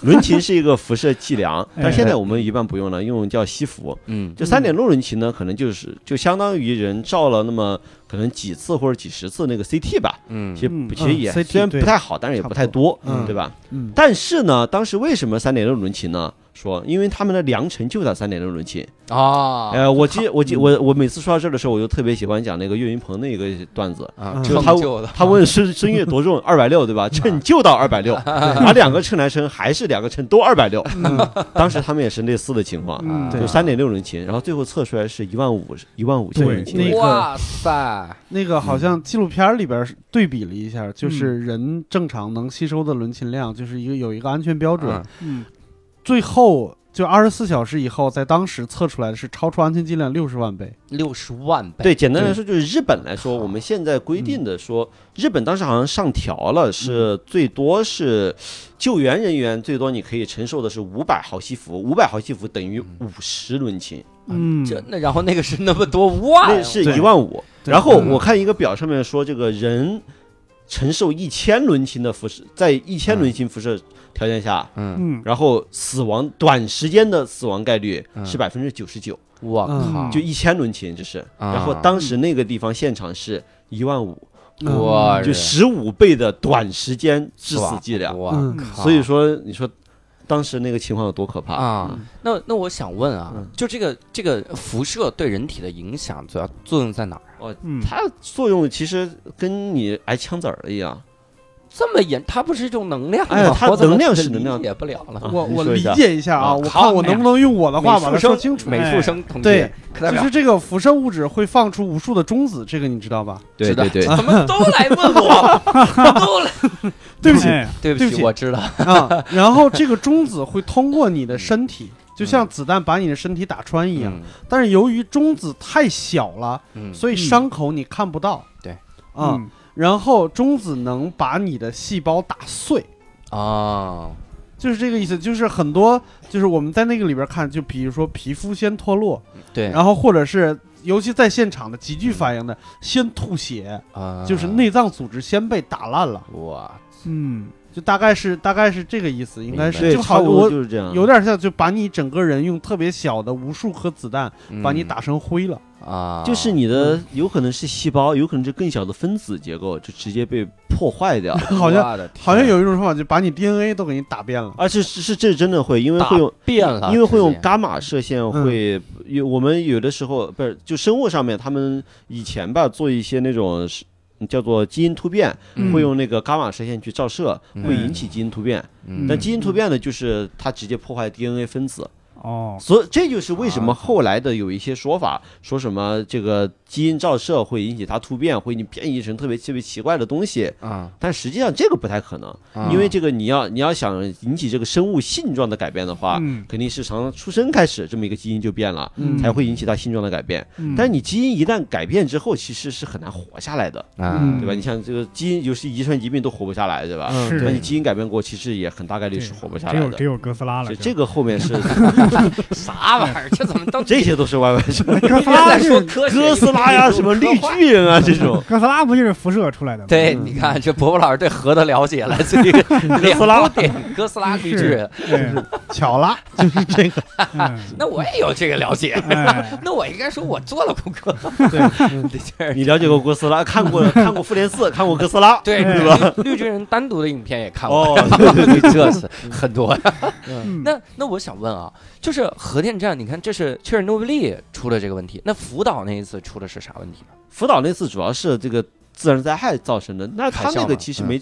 D: 伦琴是一个辐射剂 量，
C: 哎
D: 但现在我们一般不用了，用叫西服。
A: 嗯
D: 这三点六伦琴呢，可能就是就相当于人照了那么可能几次或者几十次那个 CT 吧，
A: 嗯
D: 其实
C: 嗯
D: 不其实也
B: 嗯，CT
D: 虽然不
B: 对
D: 太好，但是也不
B: 差不
D: 太多
B: 嗯，
D: 对吧？
B: 嗯
D: 但是呢，当时为什么三点六伦琴呢？说因为他们的良辰就在三点六伦琴。
A: 啊
D: 呃，我记我记我我每次说到这儿的时候，我就特别喜欢讲那个岳云鹏那个段子。
A: 啊，
B: 就
A: 成
D: 他
A: 就的
D: 他问声声乐多重？ 二百六，对吧？秤就到二百六，拿两个秤来称，还是两个秤都二百六。 当时他们也是类似的情况，
C: 嗯
A: 啊
B: 对
D: 啊
B: 啊
D: 就三点六人琴，然后最后测出来是一万五一万五千
B: 对
D: 人琴。
B: 那个
A: 哇塞，
B: 那个好像纪录片里边对比了一下，
C: 嗯
B: 就是人正常能吸收的伦琴量，就是一个有一个安全标准，
A: 嗯
C: 嗯
B: 最后就二十四小时以后，在当时测出来的是超出安全剂量六十万倍。
A: 六十万倍，
D: 对，简单来说就是日本来说，我们现在规定
B: 嗯
D: 的说，日本当时好像上调了，是最多是救援人员最多你可以承受的是五百毫西弗，五百毫西弗等于
B: 嗯
D: 五十伦琴，
C: 嗯，
A: 就那然后那个是那么多哇，哦
D: 那是
B: 对
D: 一万五。
B: 对
D: 然后
C: 嗯
D: 我看一个表上面说，这个人承受一千伦琴的辐射，在一千伦琴辐射条件下，
A: 嗯，
C: 嗯
D: 然后死亡短时间的死亡概率是
A: 嗯
D: 百分之九十九，
A: 我
B: 嗯
A: 靠，
D: 就一千伦琴这是。
A: 啊
D: 然后当时那个地方现场是一万五，
A: 我
D: 就十五倍的短时间致死剂量。
A: 我
B: 嗯
A: 靠，
D: 所以说，你说当时那个情况有多可怕？
A: 啊，那那我想问啊
D: 嗯，
A: 就这个这个辐射对人体的影响主要作用在哪儿？
C: 嗯，
D: 它作用其实跟你挨枪子儿了一样，
A: 这么严，它不是一种能量
D: 哎
A: 吗？
D: 它
A: 我怎么
D: 能量是能量
A: 理解不了了。
B: 我
D: 啊你
B: 我
D: 说一
B: 理
D: 下
B: 解一下啊，
D: 啊
B: 我
A: 好
B: 看我能不能用我的话
A: 美
B: 把
A: 术
B: 它说
A: 生
B: 清楚。
A: 美术生同
B: 对
A: 学，课代
B: 就
A: 表
B: 是这个辐射物质会放出无数的中子，这个你知道吧？
D: 对
A: 知道
D: 对对，
A: 怎么都来问我，都来，
B: 对不起
C: 哎
A: 对不
B: 对不起
A: 起，我知道，
B: 啊，然后这个中子会通过你的身体，就像子弹把你的身体打穿一样。
A: 嗯
B: 但是由于中子太小了，
A: 嗯，
B: 所以伤口你看不到。
A: 对，
B: 啊，
C: 嗯
B: 然后中子能把你的细胞打碎。
A: 哦，
B: 就是这个意思，就是很多，就是我们在那个里边看，就比如说皮肤先脱落，
A: 对，嗯
B: 然后或者是尤其在现场的急剧反应的，先吐血，
A: 啊
B: 就是，内脏组织先被打烂了，
A: 我
C: 嗯
B: 就大概是大概是这个意思，应该
A: 明嗯
B: 是
D: 对，
B: 就好
D: 差不多
B: 我
D: 就是这样。
B: 有点像就把你整个人用特别小的无数颗子弹把你打成灰了，
A: 啊，
D: 就是你的有可能是细胞，有可能是更小的分子结构，就直接被破坏掉。
B: 好像
A: 我的天
D: 啊
B: 好像有一种说法就把你 DNA 都给你打遍了，
D: 而且是是这真的会，因为
A: 打
D: 会用
A: 变了，
D: 因为会用
A: 直接
D: 伽马射线，会有我们有的时候不是就生物上面，他们以前吧做一些那种是叫做基因突变，
C: 嗯
D: 会用那个伽马射线去照射，
A: 嗯
D: 会引起基因突变。
A: 嗯
D: 但基因突变呢，就是它直接破坏 DNA 分子，
C: 哦，
D: 所以这就是为什么后来的有一些说法，说什么这个基因照射会引起它突变，会你变异成特别特别奇怪的东西，
A: 啊，
D: 但实际上这个不太可能，因为这个你要你要想引起这个生物性状的改变的话，
C: 嗯，
D: 肯定是从出生开始这么一个基因就变了，
C: 嗯
D: 才会引起它性状的改变。
C: 嗯
D: 但是你基因一旦改变之后，其实是很难活下来的，
A: 啊
D: 对吧？你像这个基因，有些遗传疾病都活不下来，对吧？
B: 嗯
C: 嗯是
D: 那
C: 对
D: 你基因改变过，其实也很大概率是活不下
C: 只
D: 来
C: 有
D: 的
C: 只。有哥斯拉了
D: 所以，
C: 就
D: 这个后面是
A: 啥玩意儿？ 这怎么都
D: 这些都是歪歪 什么
C: 哥斯
A: 别
C: 拉
A: 再说
C: 是。
A: 科学
D: 哥斯拉呀，什么绿巨人啊这种
C: 哥斯拉不就是辐射出来的吗？
A: 对，
B: 嗯
A: 你看这伯伯老师对核的了解来自于哥斯拉点哥斯拉绿巨人，
C: 对，
B: 巧了，就是这个，
C: 嗯
A: 那我也有这个了解。
C: 哎，
A: 那我应该说，我做了功课。
B: 对， 嗯
A: 对，这是
D: 你了解过哥斯拉？看 过看过复联四，看过哥斯拉？
A: 对
C: 对
A: 绿绿巨人单独的影片也看过，
D: 哦，
A: 这是很多
B: 嗯
C: 嗯
A: 那那我想问啊，就是核电站，你看这是切尔诺贝利出了这个问题，那福岛那一次出的是啥问题呢？
D: 福岛那次主要是这个自然灾害造成的，那他
A: 海啸
D: 那个
A: 嘛
D: 其实没，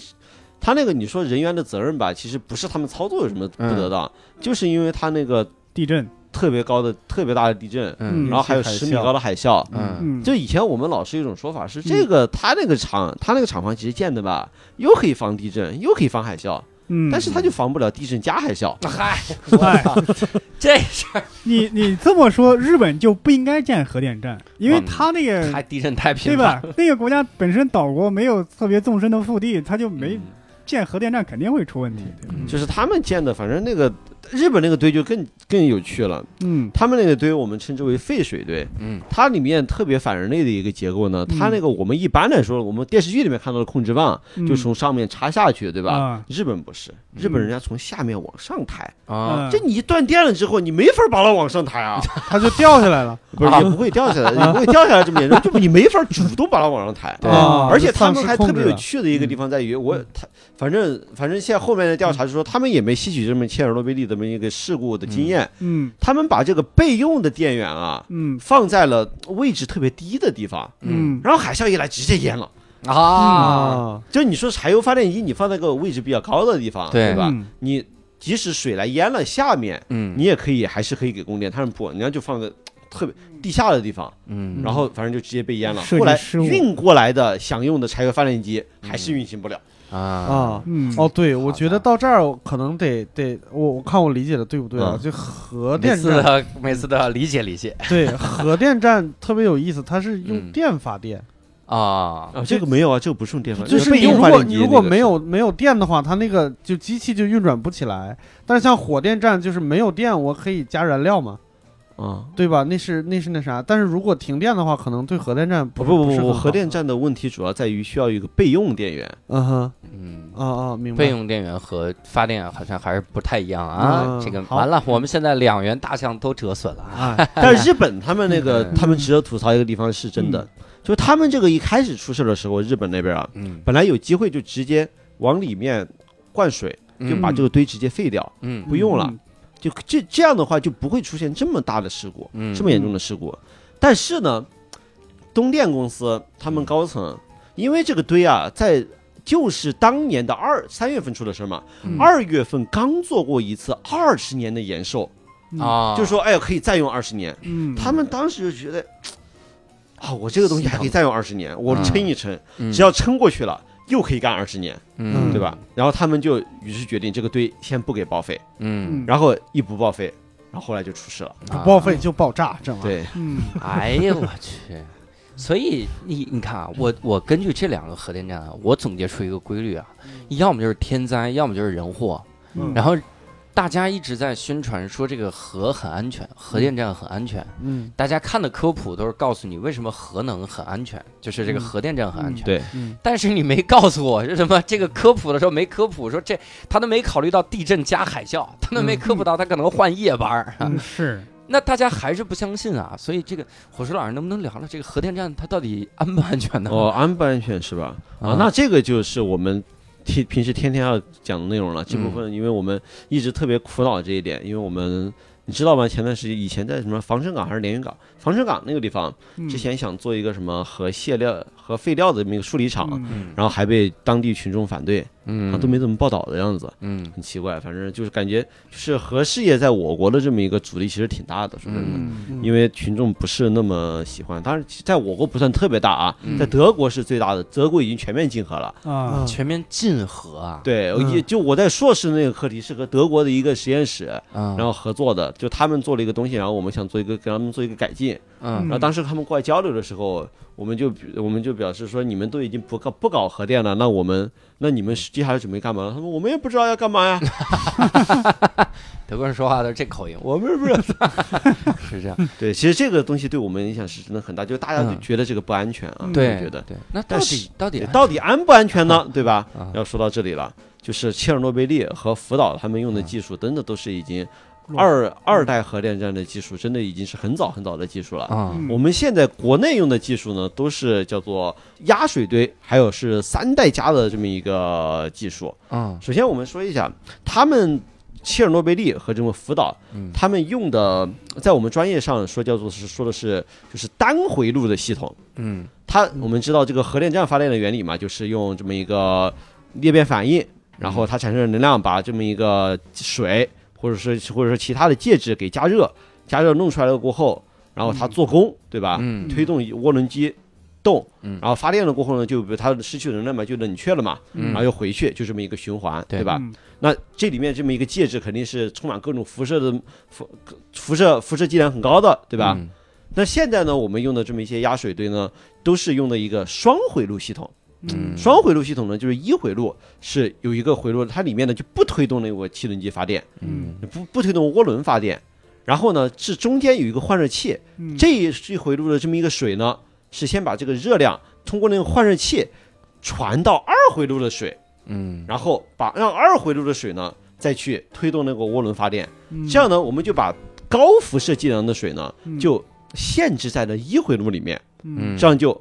D: 他那个你说人员的责任吧，其实不是他们操作有什么不得当，就是因为他那个
C: 地震，特
D: 特别高的、特别大的地震，
C: 嗯
D: 然后还有
B: 海
D: 十米
B: 啸
D: 高的海啸。
A: 嗯
C: 嗯，
D: 就以前我们老师有一种说法是，这个他那个厂，他那个厂房其实建的吧，又可以防地震，又可以防海啸，
C: 嗯，
D: 但是他就防不了地震加海啸。
A: 嗨，
C: 我操
A: 这事儿
C: 你你这么说，日本就不应该建核电站，因为他那个
A: 太地震太频
C: 对
A: 繁，
C: 吧？那个国家本身岛国没有特别纵深的腹地，他就没
A: 嗯
C: 建核电站，肯定会出问题。
D: 就是他们建的，反正那个日本那个堆就更更有趣了。
C: 嗯
D: 他们那个堆我们称之为废水堆，
A: 嗯
D: 它里面特别反人类的一个结构呢。
C: 嗯
D: 它那个我们一般来说，我们电视剧里面看到的控制棒
C: 嗯
D: 就从上面插下去，对吧？
C: 啊，
D: 日本不是，日本人家从下面往上抬，
A: 啊，
C: 嗯
D: 这你一断电了之后，你没法把它往上抬啊，
B: 他就掉下来了，
D: 不是也不会掉下来， 也不会掉下来这么严重，就你没法主动把它往上抬。
A: 对
B: 啊
D: 而且他
B: 就丧
D: 们
B: 失
D: 还
B: 控
D: 特别
B: 制
D: 有
B: 了
D: 趣的一个地方在于，我他反正反正现在后面的调查是说，他们也没吸取这么切尔诺贝利这么一个事故的经验，
C: 嗯
D: 他们把这个备用的电源啊
C: 嗯
D: 放在了位置特别低的地方，
A: 嗯
C: 嗯
D: 然后海啸一来直接淹了。嗯
A: 啊，
B: 啊，
D: 就你说柴油发电机，你放在个位置比较高的地方，
A: 对
D: 对吧？
C: 嗯
D: 你即使水来淹了下面，
A: 嗯
D: 你也可以还是可以给供电，他们不，人家就放在特别地下的地方，
A: 嗯
D: 然后反正就直接被淹了。
C: 设计
D: 后来
C: 失误
D: 运过来的想用的柴油发电机还是运行不了。
A: 啊
B: 啊。
C: 嗯
B: 哦，对，我
A: 好的
B: 觉得到这儿我可能得得，我我看我理解的对不对啊？
D: 嗯
B: 就核
A: 每
B: 电
A: 次
B: 站，
A: 的每次的理解理解
B: 对，核电站特别有意思，它是用
A: 嗯
B: 电发电，
A: 啊，
D: 啊，这个没有啊，这个不是用电发，
B: 就是
D: 备
B: 你
D: 用
B: 如
D: 发
B: 果
D: 电机
B: 你如果
D: 那个是
B: 没有没有电的话，它那个就机器就运转不起来。但是像火电站就是没有电，我可以加燃料嘛，
D: 啊，
B: 对吧？那是那是那啥。但是如果停电的话，可能对核电站不
D: 哦不
B: 是
D: 不不
B: 是很
D: 不，
B: 好
D: 核电站的问题主要在于需要一个备用电源。
B: 嗯哼
A: 嗯。
B: 啊啊，明白。
A: 备用电源和发电好像还是不太一样啊，
B: 嗯
A: 这个
B: 好
A: 完了，我们现在两元大象都折损了啊。
B: 哎，
D: 但日本他们那个
A: 嗯
D: 他们值得吐槽一个地方是真的
C: 嗯，
D: 就是他们这个一开始出事的时候，日本那边啊，
A: 嗯
D: 本来有机会就直接往里面灌水，就把这个堆直接废掉，
A: 嗯
D: 不用了
C: 嗯。
D: 就这这样的话就不会出现这么大的事故，
A: 嗯
D: 这么严重的事故。但是呢，东电公司他
A: 嗯
D: 们高层因为这个堆啊，在就是当年的二三月份出的事儿嘛，
A: 嗯
D: 二月份刚做过一次二十年的延寿，
A: 啊，
D: 就说哎可以再用二十年。
C: 嗯，
D: 他们当时就觉得，啊，我这个东西还可以再用二十年，我
A: 嗯
D: 撑一撑，
A: 嗯
D: 只要撑过去了，又可以干二十年，
A: 嗯
D: 对吧？然后他们就于是决定这个堆先不给报废，
A: 嗯，
C: 嗯
D: 然后一不报废，然后后来就出事了。
B: 不嗯报废就爆炸，这玩意
D: 啊
B: 儿。
D: 对，
C: 嗯
A: 哎呦我去！所以你你看啊，我我根据这两个核电站啊，我总结出一个规律啊，要么就是天灾，要么就是人祸。
C: 嗯
A: 然后大家一直在宣传说这个核很安全，核电站很安全。
B: 嗯
A: 大家看的科普都是告诉你为什么核能很安全，就是这个
B: 嗯
A: 核电站很安全。
D: 对
B: 嗯
A: 但是你没告诉我是什么？这个科普的时候没科普，说这他都没考虑到地震加海啸， 他都没科普到他可能换夜班儿、
C: 嗯是
A: 那大家还是不相信啊，所以这个火石老师能不能聊聊这个核电站它到底安不安全呢？
D: 哦，安不安全是吧？啊，那这个就是我们。天平时天天要讲的内容了，这部分因为我们一直特别苦恼这一点，因为我们你知道吗？前段时间以前在什么防城港还是连云港，防城港那个地方，
C: 嗯
D: 之前想做一个什么核卸料、核废料的这么一个处理厂，
C: 嗯
A: 嗯
D: 然后还被当地群众反对，
A: 嗯，
D: 他都没怎么报道的样子，
A: 嗯
D: 很奇怪。反正就是感觉就是核事业在我国的这么一个阻力其实挺大的，说真的。
B: 嗯
D: 因为群众不是那么喜欢，当然其实在我国不算特别大啊，
A: 嗯
D: 在德国是最大的，德国已经全面禁核了。
C: 啊，
A: 全面禁核啊，
D: 对，
B: 嗯
D: 也就我在硕士那个课题是和德国的一个实验室，
A: 啊，
D: 然后合作的，就他们做了一个东西，然后我们想做一个给他们做一个改进。
A: 嗯
D: 然后当时他们过来交流的时候，我们就我们就表示说，你们都已经不搞不搞核电了，那我们那你们接下来准备干嘛呢？他们我们也不知道要干嘛 呀。
A: 德国人说话都是这口音，我们不知道，是 这样，
D: 对，其实这个东西对我们影响是真的很大，就大家就
A: 嗯
D: 觉得这个不安全啊，
C: 嗯
D: 就
A: 对，
D: 觉得。
A: 对，那到
D: 但是
A: 底到底
D: 对到底安不安全 呢？对吧？
A: 啊
D: 要说到这里了，就是切尔诺贝利和福岛他们用的技术，真的都是已经
C: 落
D: 二
A: 嗯
D: 二代核电站的技术，真的已经是很早很早的技术了。
A: 啊
C: 嗯
D: 我们现在国内用的技术呢，都是叫做压水堆，还有是三代加的这么一个技术。
A: 啊
D: 首先，我们说一下他们切尔诺贝利和这个福岛，
A: 嗯
D: 他们用的，在我们专业上说叫做是说的是就是单回路的系统。
A: 嗯
D: 它我们知道这个核电站发电的原理嘛，就是用这么一个裂变反
A: 嗯
D: 应，然后它产生的能量把这么一个水或者说或者说其他的介质给加热，加热弄出来了过后，然后它做功，对吧？
A: 嗯
D: 推动涡轮机动
A: 嗯，
D: 然后发电了过后呢，就它失去能量嘛，就冷却了嘛，
A: 嗯
D: 然后又回去，就这么一个循环，
A: 对
D: 对吧？
C: 嗯
D: 那这里面这么一个介质肯定是充满各种辐射的辐辐射辐射剂量很高的，对吧？？
A: 嗯
D: 那现在呢，我们用的这么一些压水堆呢，都是用的一个双回路系统。
A: 嗯
D: 双回路系统呢，就是一回路是有一个回路，它里面呢就不推动那个汽轮机发电，
A: 嗯
D: 不不推动涡轮发电。然后呢，是中间有一个换热器，
C: 嗯
D: 这一回路的这么一个水呢，是先把这个热量通过那个换热器传到二回路的水，
A: 嗯
D: 然后把让二回路的水呢再去推动那个涡轮发电。
C: 嗯
D: 这样呢，我们就把高辐射剂量的水呢
C: 嗯
D: 就限制在了一回路里面。
A: 嗯，
D: 这样就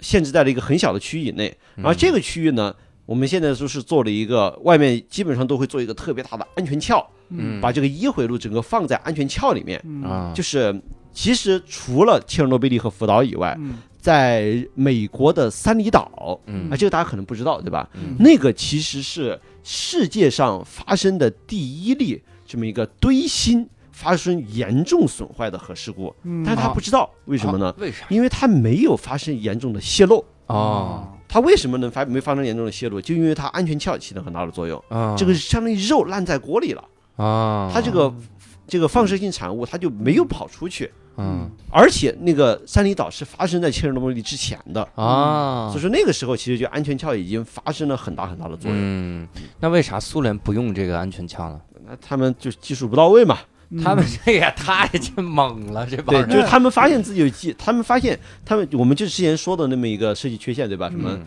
D: 限制在了一个很小的区域以内。然后这个区域呢，我们现在就是做了一个外面基本上都会做一个特别大的安全壳，
A: 嗯
D: 把这个一回路整个放在安全壳里面。
C: 嗯
A: 啊
D: 就是其实除了切尔诺贝利和福岛以外，
C: 嗯
D: 在美国的三里岛，
A: 嗯
D: 啊，这个大家可能不知道对吧？
C: 嗯
D: 那个其实是世界上发生的第一例这么一个堆芯发生严重损坏的核事故，
C: 嗯
D: 但是他不知道为什么呢
A: 啊？为啥？
D: 因为它没有发生严重的泄漏。
A: 哦
D: 它为什么能发没发生严重的泄漏？就因为它安全壳起了很大的作用，
A: 啊，
D: 这个相当于肉烂在锅里了，
A: 啊，
D: 它这个这个放射性产物它就没有跑出去，
A: 嗯
D: 而且那个三里岛是发生在切尔诺贝利之前的，
A: 啊，
D: 所以说那个时候其实就安全壳已经发生了很大很大的作用，
A: 嗯，那为啥苏联不用这个安全壳呢？
D: 那他们就技术不到位嘛，
C: 嗯
A: 他们这也太这猛了，这帮
D: 对，
A: 人
D: 就是他们发现自己有技，他们发现他们我们就之前说的那么一个设计缺陷对吧？什么
A: 嗯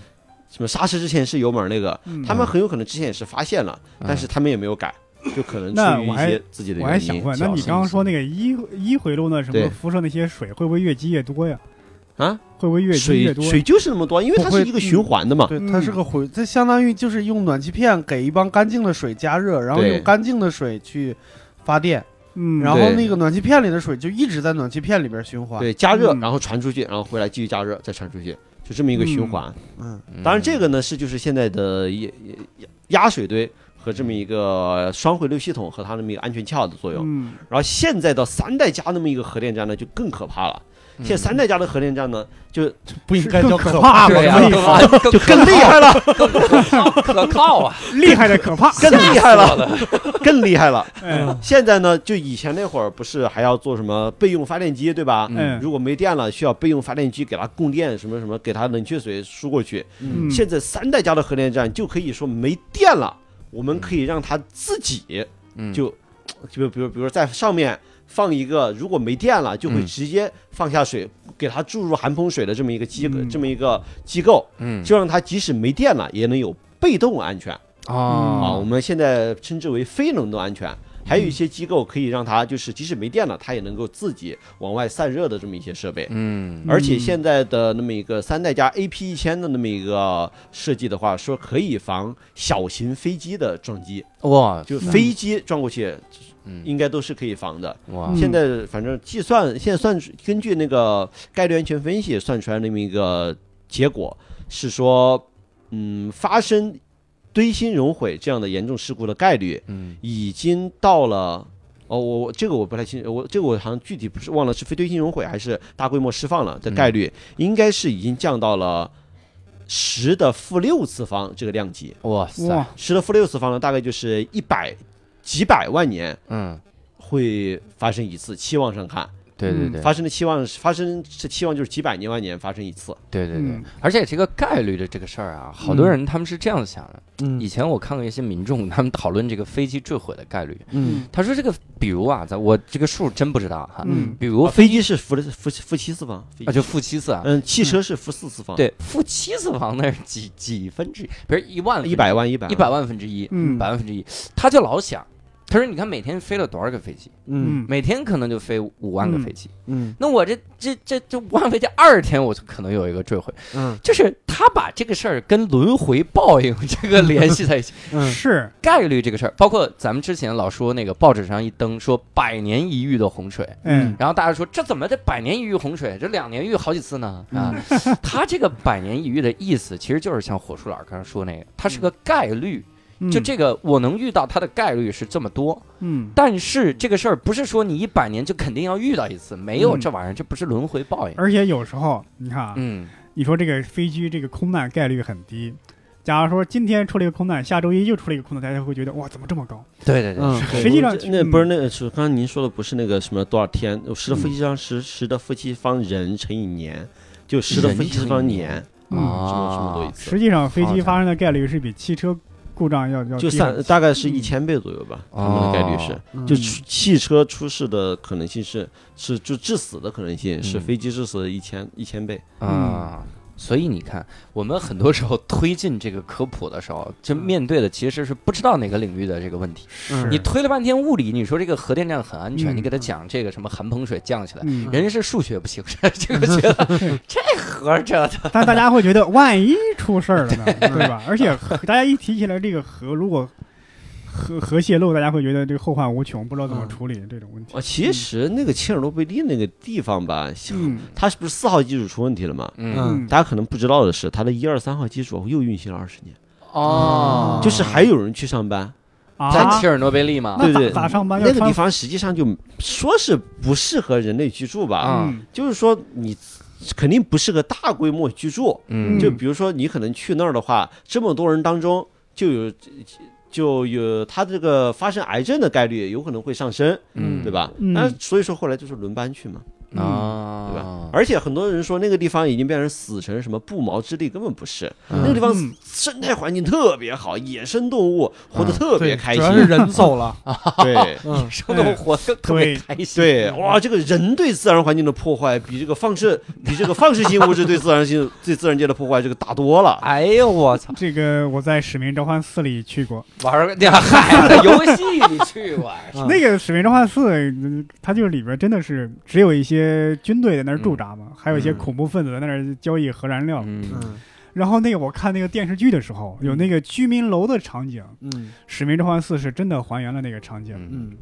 D: 什么刹车之前是油门那个，
C: 嗯
D: 他们很有可能之前也是发现了，但是他们也没有改，就可能
C: 那
D: 出于
C: 我
D: 一
C: 还
D: 些自己的
C: 我还
D: 原
C: 想
D: 因。
C: 问，那你刚刚说那
D: 个
C: 个一一回路那什
D: 对
C: 么辐射那些水会不会越积越多呀？
D: 啊，
C: 会不会越积
D: 水
C: 越多？
D: 水就是那么多，因为它是一个循环的
C: 嗯
D: 嘛。
B: 对，它是个回，这相当于就是用暖气片给一帮干净的水加热，然后
D: 对
B: 用干净的水去发电，
C: 嗯，
B: 然
D: 对
B: 后那个暖气片里的水就一直在暖气片里边循环。
D: 对，加热
C: 嗯
D: 然后传出去，然后回来继续加热，再传出去，就这么一个循环。
B: 嗯，
D: 当然，这
A: 个
D: 个呢是就是现在的压压压水堆和这么一个双回流系统和它那么一个安全壳的作用。
C: 嗯
D: 然后现在到三代加那么一个核电站呢，就更可怕了。现在三代加的核电站呢，就
B: 不应该
C: 更
B: 叫
C: 可
B: 可怕
C: 怕了
B: 吗
A: 对？呀
C: 我，
A: 就
D: 更厉害了，
A: 更可靠啊，
C: 厉害的可怕。
D: 更厉害了，
A: 了，
D: 更厉害了。
C: 哎
D: 现在呢，就以前那会儿不是还要做什么备用发电机，对吧？
C: 哎，
D: 如果没电了，需要备用发电机给它供电，什么什么，给它冷却水输过去。
C: 嗯
D: 现在三代家的核电站就可以说没电了，我们可以让它自己
A: 嗯
D: 就，就比如比如在上面放一个，如果没电了，就会
A: 嗯
D: 直接放下水，给它注入含汞水的这么一个机
C: 嗯
D: 这么一个机构，
A: 嗯
D: 就让它即使没电了也能有被动安全。啊，我
A: 哦，
D: 们现在称之为非能动安全。还有一
A: 嗯
D: 些机构可以让它就是即使没电了，它也能够自己往外散热的这么一些设备。
A: 嗯
D: 而且现在的那么一个三代加 AP 一千的那么一个设计的话，说可以防小型飞机的撞击，
A: 哇
D: 就飞机撞过去
A: 嗯
D: 应该都是可以防的。
A: 哇
C: 嗯
D: 现在反正计算现在算根据那个概率安全分析算出来那么一个结果是说，嗯，发生堆芯熔毁这样的严重事故的概率
A: 嗯
D: 已经到了。哦，我我这个我不太清，我这个我好像具体不是忘了是非堆芯熔毁还是大规模释放了的概率，应该是已经降到了十的负六次方这个量级，
A: 哇塞
C: 哇，，
D: 十的负六次方呢，大概就是一百几百万年
A: 嗯，
D: 会发生一次，期望上看，
A: 对对
C: 嗯
A: 对
D: 发生的期望发生是期望就是几百年万年发生一次，
A: 对对对
C: 嗯，
A: 而且这个概率的这个事儿啊，好多人他们是这样想的。
B: 嗯
A: 以前我看过一些民众他们讨论这个飞机坠毁的概率，
D: 啊
B: 嗯
A: 他说这个比如啊，咱我这个数真不知道哈，
C: 嗯
A: 比如
D: 啊飞机是负的负负七次方，飞机
A: 啊就负七次啊，
D: 嗯，汽车是负四次方，，
A: 对，负七次方那是几几分之一，比如一万
D: 一百万一百
A: 一百万分之一，
C: 嗯
A: 百万分之一，他就老想，他说你看每天飞了多少个飞机，
B: 嗯
C: 嗯
A: 每天可能就飞五万个飞机，
B: 嗯
A: 那我这这这这五万飞机二十天我就可能有一个坠毁，
B: 嗯
A: 就是他把这个事儿跟轮回报应这个联系在一起，
B: 嗯
C: 是，
A: 概率这个事儿，包括咱们之前老说那个报纸上一登说百年一遇的洪水，
C: 哎，
A: 然后大家说这怎么这百年一遇洪水，这两年遇好几次呢？啊，它这个百年一遇的意思，其实就是像火树老师刚才说那个，它是个概率，
C: 嗯
A: 就，这个我能遇到它的概率是这么多，
C: 嗯，
A: 但是这个事儿不是说你一百年就肯定要遇到一次，没有这玩意儿，这不是轮回报应。
C: 而且有时候你看啊，
A: 嗯，
C: 你说这个飞机这个空难概率很低，假如说今天出了一个空难，下周一又出了一个空难，大家会觉得哇，怎么这么高？
A: 对对对，
B: 嗯
D: 对
C: 实际上
D: 这那
C: 嗯
D: 不是那是刚刚您说的不是那个什么多少天，
A: 嗯
D: 十的负七方十十的负七方人乘以年，就十的负七方年，
A: 人
D: 嗯
C: 嗯
D: 什么什么多一
A: 啊，
D: 次，
C: 实际上飞
A: 好
C: 机
A: 家
C: 发生的概率是比汽车故障要要
D: 就
C: 低
D: 三
C: 很
D: 大概是
C: 嗯
D: 一千倍左右吧，他们
A: 哦
D: 的概率是，
B: 嗯
D: 就出汽车出事的可能性是是就致死的可能性是
A: 嗯
D: 飞机致死的一千一千倍，
A: 啊。所以你看，我们很多时候推进这个科普的时候，这面对的其实是不知道哪个领域的这个问题。
B: 嗯
C: 是
A: 你推了半天物理，你说这个核电站很安全，
C: 嗯
A: 你给他讲这个什么含硼水降下来，
C: 嗯，
A: 人家是数学不行， 这个觉得这核儿这的，
C: 但大家会觉得万一出事儿 了呢，对吧？而且核大家一提起来这个核，如果核核泄漏，大家会觉得这个后患无穷，不知道
A: 嗯
C: 怎么处理这种问题。
D: 哦，其实那个切尔诺贝利那个地方吧，
C: 嗯
D: 它是不是四号机组出问题了嘛？
A: 嗯，
B: 嗯
D: 大家可能不知道的是，它的一二三号机组又运行了二十年，
A: 哦，
D: 就是还有人去上班。
A: 在
C: 啊
A: 切，尔诺贝利嘛，
D: 对
C: 那
D: 对
C: 咋咋上班？
D: 那
C: 要
D: 个
C: 穿
D: 地方实际上就说是不适合人类居住吧，
A: 啊
C: 嗯
D: 就是说你肯定不适合大规模居住。
A: 嗯
D: 就比如说你可能去那儿的话，这么多人当中就有就有他这个发生癌症的概率有可能会上升，
A: 嗯
D: 对吧？
C: 嗯
D: 那所以说后来就是轮班去嘛，对吧
A: 啊？，
D: 而且很多人说那个地方已经变成死城什么不毛之地，根本不是。那个地方
C: 嗯
D: 生态环境特别好，野生动物活得特别
B: 对，
D: 开
B: 主
D: 心，
B: 要是人走 了，
D: 对。
B: 嗯
A: 生的活得特别
C: 对
A: 开心，嗯
D: 对，哇，这个人对自然环境的破坏，比这个放射，比这个放射性物质对自然性、对自然界的破坏，这个大多了。
A: 哎呦我操，
C: 这个我在《使命召唤四》里去过，
A: 玩儿个那孩子游戏你去过，
B: 嗯
C: 那个《使命召唤四》嗯，它就是里边真的是只有一些军队在那儿驻扎嘛，还有一些
A: 嗯
C: 恐怖分子在那儿交易核燃料。
A: 嗯
B: 嗯
C: 然后那个我看那个电视剧的时候，有那个居民楼的场景，
B: 嗯
C: 《使命召唤四》是真的还原了那个场景，
A: 嗯
B: 嗯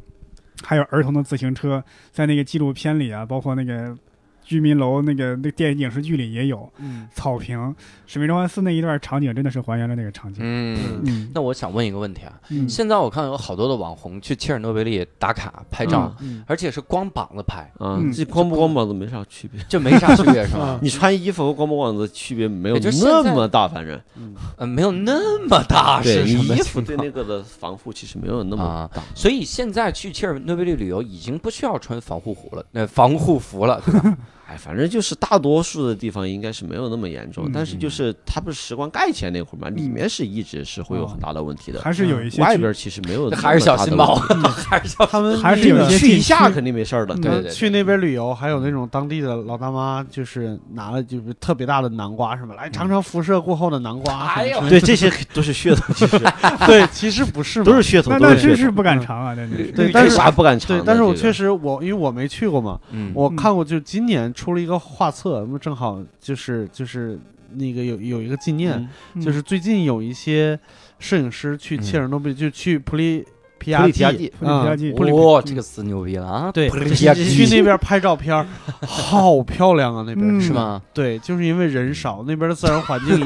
C: 还有儿童的自行车，在那个纪录片里啊，包括那个居民楼那个那电影视剧里也有
B: 嗯
C: 草坪，《使命召唤四》那一段场景真的是还原了那个场景。
A: 嗯。
C: 嗯
A: 那我想问一个问题啊，
C: 嗯
A: 现在我看有好多的网红去切尔诺贝利打卡拍照，
B: 嗯
A: 而且是光膀子拍，
D: 啊
C: 嗯，
D: 这光不光膀子没啥区别，
A: 这没啥区别是
C: 啊
A: 吧？
D: 你穿衣服和光不光膀子区别没有
A: 也就现在
D: 那么大，反正
B: 嗯
A: 呃，没有那么
C: 啊
A: 大，
D: 对
A: 是什
D: 你
A: 么
D: 衣服
A: 情
D: 对
A: 况？
D: 那个的防护其实没有那么大。
A: 所以现在去切尔诺贝利旅游已经不需要穿防护服了，那、防护服 了，对吧？
D: 哎，反正就是大多数的地方应该是没有那么严重
C: 嗯，
D: 但是就是它不是石棺盖起来那会儿嘛，里
C: 嗯
D: 面是一直是会有很大的问题的，
C: 还是有一些
D: 外
C: 区
D: 边其实没有那么
A: 还是小心吧
D: 大的问，嗯
A: 还是小心。
B: 他们
C: 还是有一
D: 题。
C: 些
D: 去一
C: 禁
D: 下
C: 区
D: 肯定没事儿的，
C: 嗯
A: 对对
B: 嗯
A: 对，
B: 去那边旅游，还有那种当地的老大妈，就是拿了就是特别大的南瓜什么，来尝尝辐射过后的南瓜。
A: 哎呦，
D: 对，这些都是噱头，其 实
B: 对，其实不是嘛，
D: 都是噱头，
C: 那
D: 都
C: 那
D: 是
C: 真
D: 噱头。
C: 是不敢尝啊！那是
B: 对
A: 绿
B: 但
A: 这
B: 是
A: 啥
D: 啥不敢尝
B: 对
D: 的。，
B: 但是我
D: 这个
B: 确实我因为我没去过嘛，
A: 嗯，
B: 我看过，就今年出了一个画册，那么正好就是就是那个有有一个纪念，
D: 嗯
B: 就是最近有一些摄影师去切尔诺贝，就去普利皮亚
D: 普利皮亚季
C: 普利皮亚
B: 季
D: 嗯
C: 季
B: 普利皮
A: 哇、这个词牛逼了啊！
B: 对，
A: 普利皮亚季
B: 去那边拍照片儿，好漂亮啊！那边
C: 嗯
A: 是吗？
B: 对，就是因为人少，那边的自然环境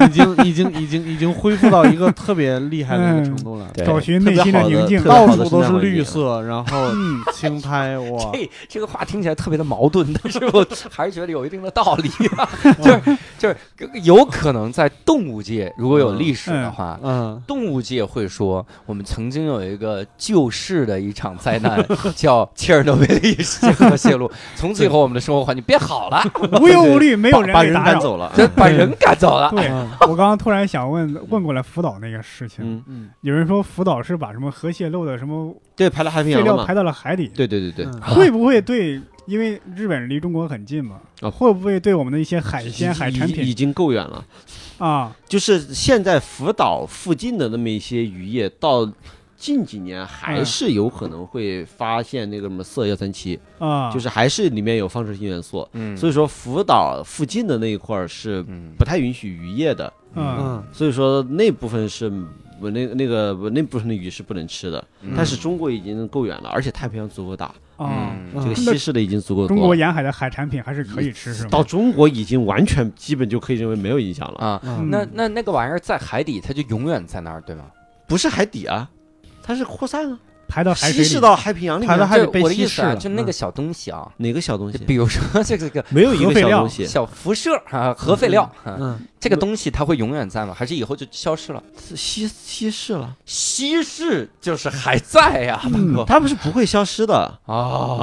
B: 已经已经已经已经已经恢复到一个特别厉害的一个程度了，
A: 嗯对
C: 找寻内心宁静
D: 特。别好
B: 到
D: 的
B: 处都是绿
D: 特别
B: 色，然后
C: 嗯，
B: 轻拍，哇，
A: 这这个话听起来特别的矛盾，但是我还是觉得有一定的道理、啊，就是就是有可能在动物界如果有历史的话。
B: 嗯，
A: 动物界会说，我们曾经有一个救世的一场灾 难，叫切尔诺贝利事件和泄 露。从此以后，我们的生活环境变好了，
C: 无忧无虑，没有人
D: 把
C: 来
D: 人
C: 打
D: 赶
C: 扰。
D: 走 了。
A: 就 把人赶走了。
C: 对，
B: 嗯
C: 我刚刚突然想问问过来福岛那个事情，
D: 嗯，
B: 嗯
C: 有人说福岛是把什么核泄漏的什么
D: 对，排到太平
C: 废
D: 洋了
C: 料
D: 嘛？
C: 排到了海底，
D: 对对对对，
B: 嗯
C: 会不会对？因为日本离中国很近嘛，
D: 啊
C: 会不会对我们的一些海鲜、
D: 已
C: 海产
D: 已已
C: 品
D: 经够远了。
C: 啊，
D: 就是现在福岛附近的那么一些渔业，到近几年
C: 嗯
D: 还是有可能会发现那个什么色叶三七，
C: 啊，
D: 就是还是里面有放射性元素。
A: 嗯
D: 所以说福岛附近的那一块儿是
A: 嗯
D: 不太允许渔业的，
C: 嗯，
B: 嗯
D: 所以说那部分是我那那个我那部分的鱼是不能吃的。
A: 嗯
D: 但是中国已经够远了，而且太平洋足够大，
C: 啊，
B: 嗯
D: 这个稀释的已经足够
C: 中国
D: 多了。
C: 沿海的海产品还是可以吃，是吗？
D: 到中国已经完全基本就可以认为没有影响了，
A: 啊，
B: 嗯
A: 那那那个玩意儿在海底，它就永远在那儿，对吗？
D: 不是海底啊，它是扩散啊，
C: 排到海
D: 稀
C: 水
D: 释
C: 里，
D: 到海平洋里面
B: 排到
D: 啊。
B: 海里
A: 就
B: 被
A: 我的
B: 稀
A: 意思
B: 释
A: 啊，
B: 了，
A: 就那个小东西啊，
D: 哪个小东西？
A: 比如说这个这个
D: 没有一
C: 核
D: 个
C: 废
D: 小
C: 料
D: 东西，
A: 小辐射啊，核废料，啊
B: 嗯
A: 这个东西它会永远在吗？还是以后就消失了？
D: 稀稀释了，
A: 稀释就是还在呀，大
C: 嗯
A: 哥
D: 它们是不会消失的
A: 啊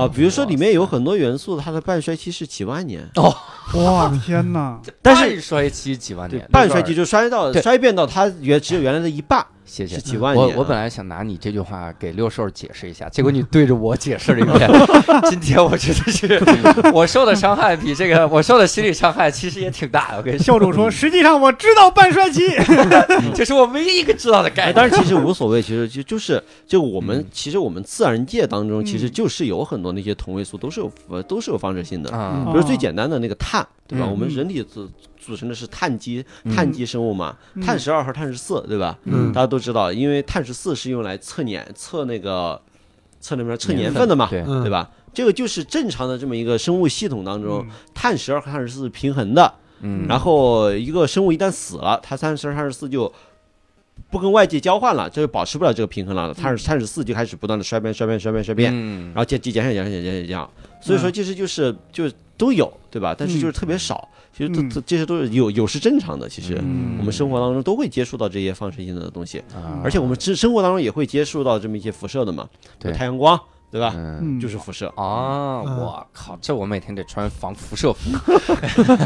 D: 啊。比如说里面有很多元素，它的半衰期是几万年，
C: 嗯哇，天哪！
D: 但是
A: 衰期几万
D: 对
A: 年，，
D: 半衰期就衰到
A: 对
D: 衰变到它原只有原来的一半，
A: 谢谢
D: 是。几万
A: 我
D: 年啊。
A: 我本来想拿你这句话给六兽解释一下，结果你对着我解释了一遍。 今天我真的是，我受的伤害比这个我受的心理伤害其实也挺大的。我跟你说，
C: 教主说，实际上我知道半 衰期，
A: 这是我唯一一个知道的概
D: 哎，
A: 念。
D: 但是其实无所谓，其实就就是就我们、
A: 嗯
D: 其实我们自然界当中，其实
C: 嗯
D: 就是有很多那些同位素都是有呃都是有放射性的，
A: 啊
D: 比
C: 嗯
D: 如最简单的那个碳，对吧？
A: 嗯
D: 我们人体组组成的是碳基
A: 嗯
D: 碳基生物嘛，
C: 嗯
D: 碳十二和碳十四，对吧？
B: 嗯
D: 大家都知道，因为碳十四是用来测年测那个测那边测年
A: 份
D: 份的嘛，
A: 对
B: 嗯
D: 对吧？这个就是正常的这么一个生物系统当中，
C: 嗯
D: 碳十二和碳十四是平衡的，
A: 嗯
D: 然后一个生物一旦死了，它三十二、三十四就不跟外界交换了，就是保持不了这个平衡了。它是三十四就开始不断的衰变、衰变、衰变、衰变，
A: 嗯
D: 然后减减减少、减少、减少、减少。所以说，其实就是就都有，对吧？但是
A: 嗯
D: 就是特别少，其实
C: 嗯
D: 这这些都是有有是正常的。其实
A: 嗯
D: 我们生活当中都会接触到这些放射性的东西，
A: 啊
D: 而且我们生生活当中也会接触到这么一些辐射的嘛，
A: 对
D: 太阳光，对吧？
A: 嗯
C: 嗯，
D: 就是辐射，
A: 啊，
B: 嗯
A: 我靠，这我每天得穿防辐射服，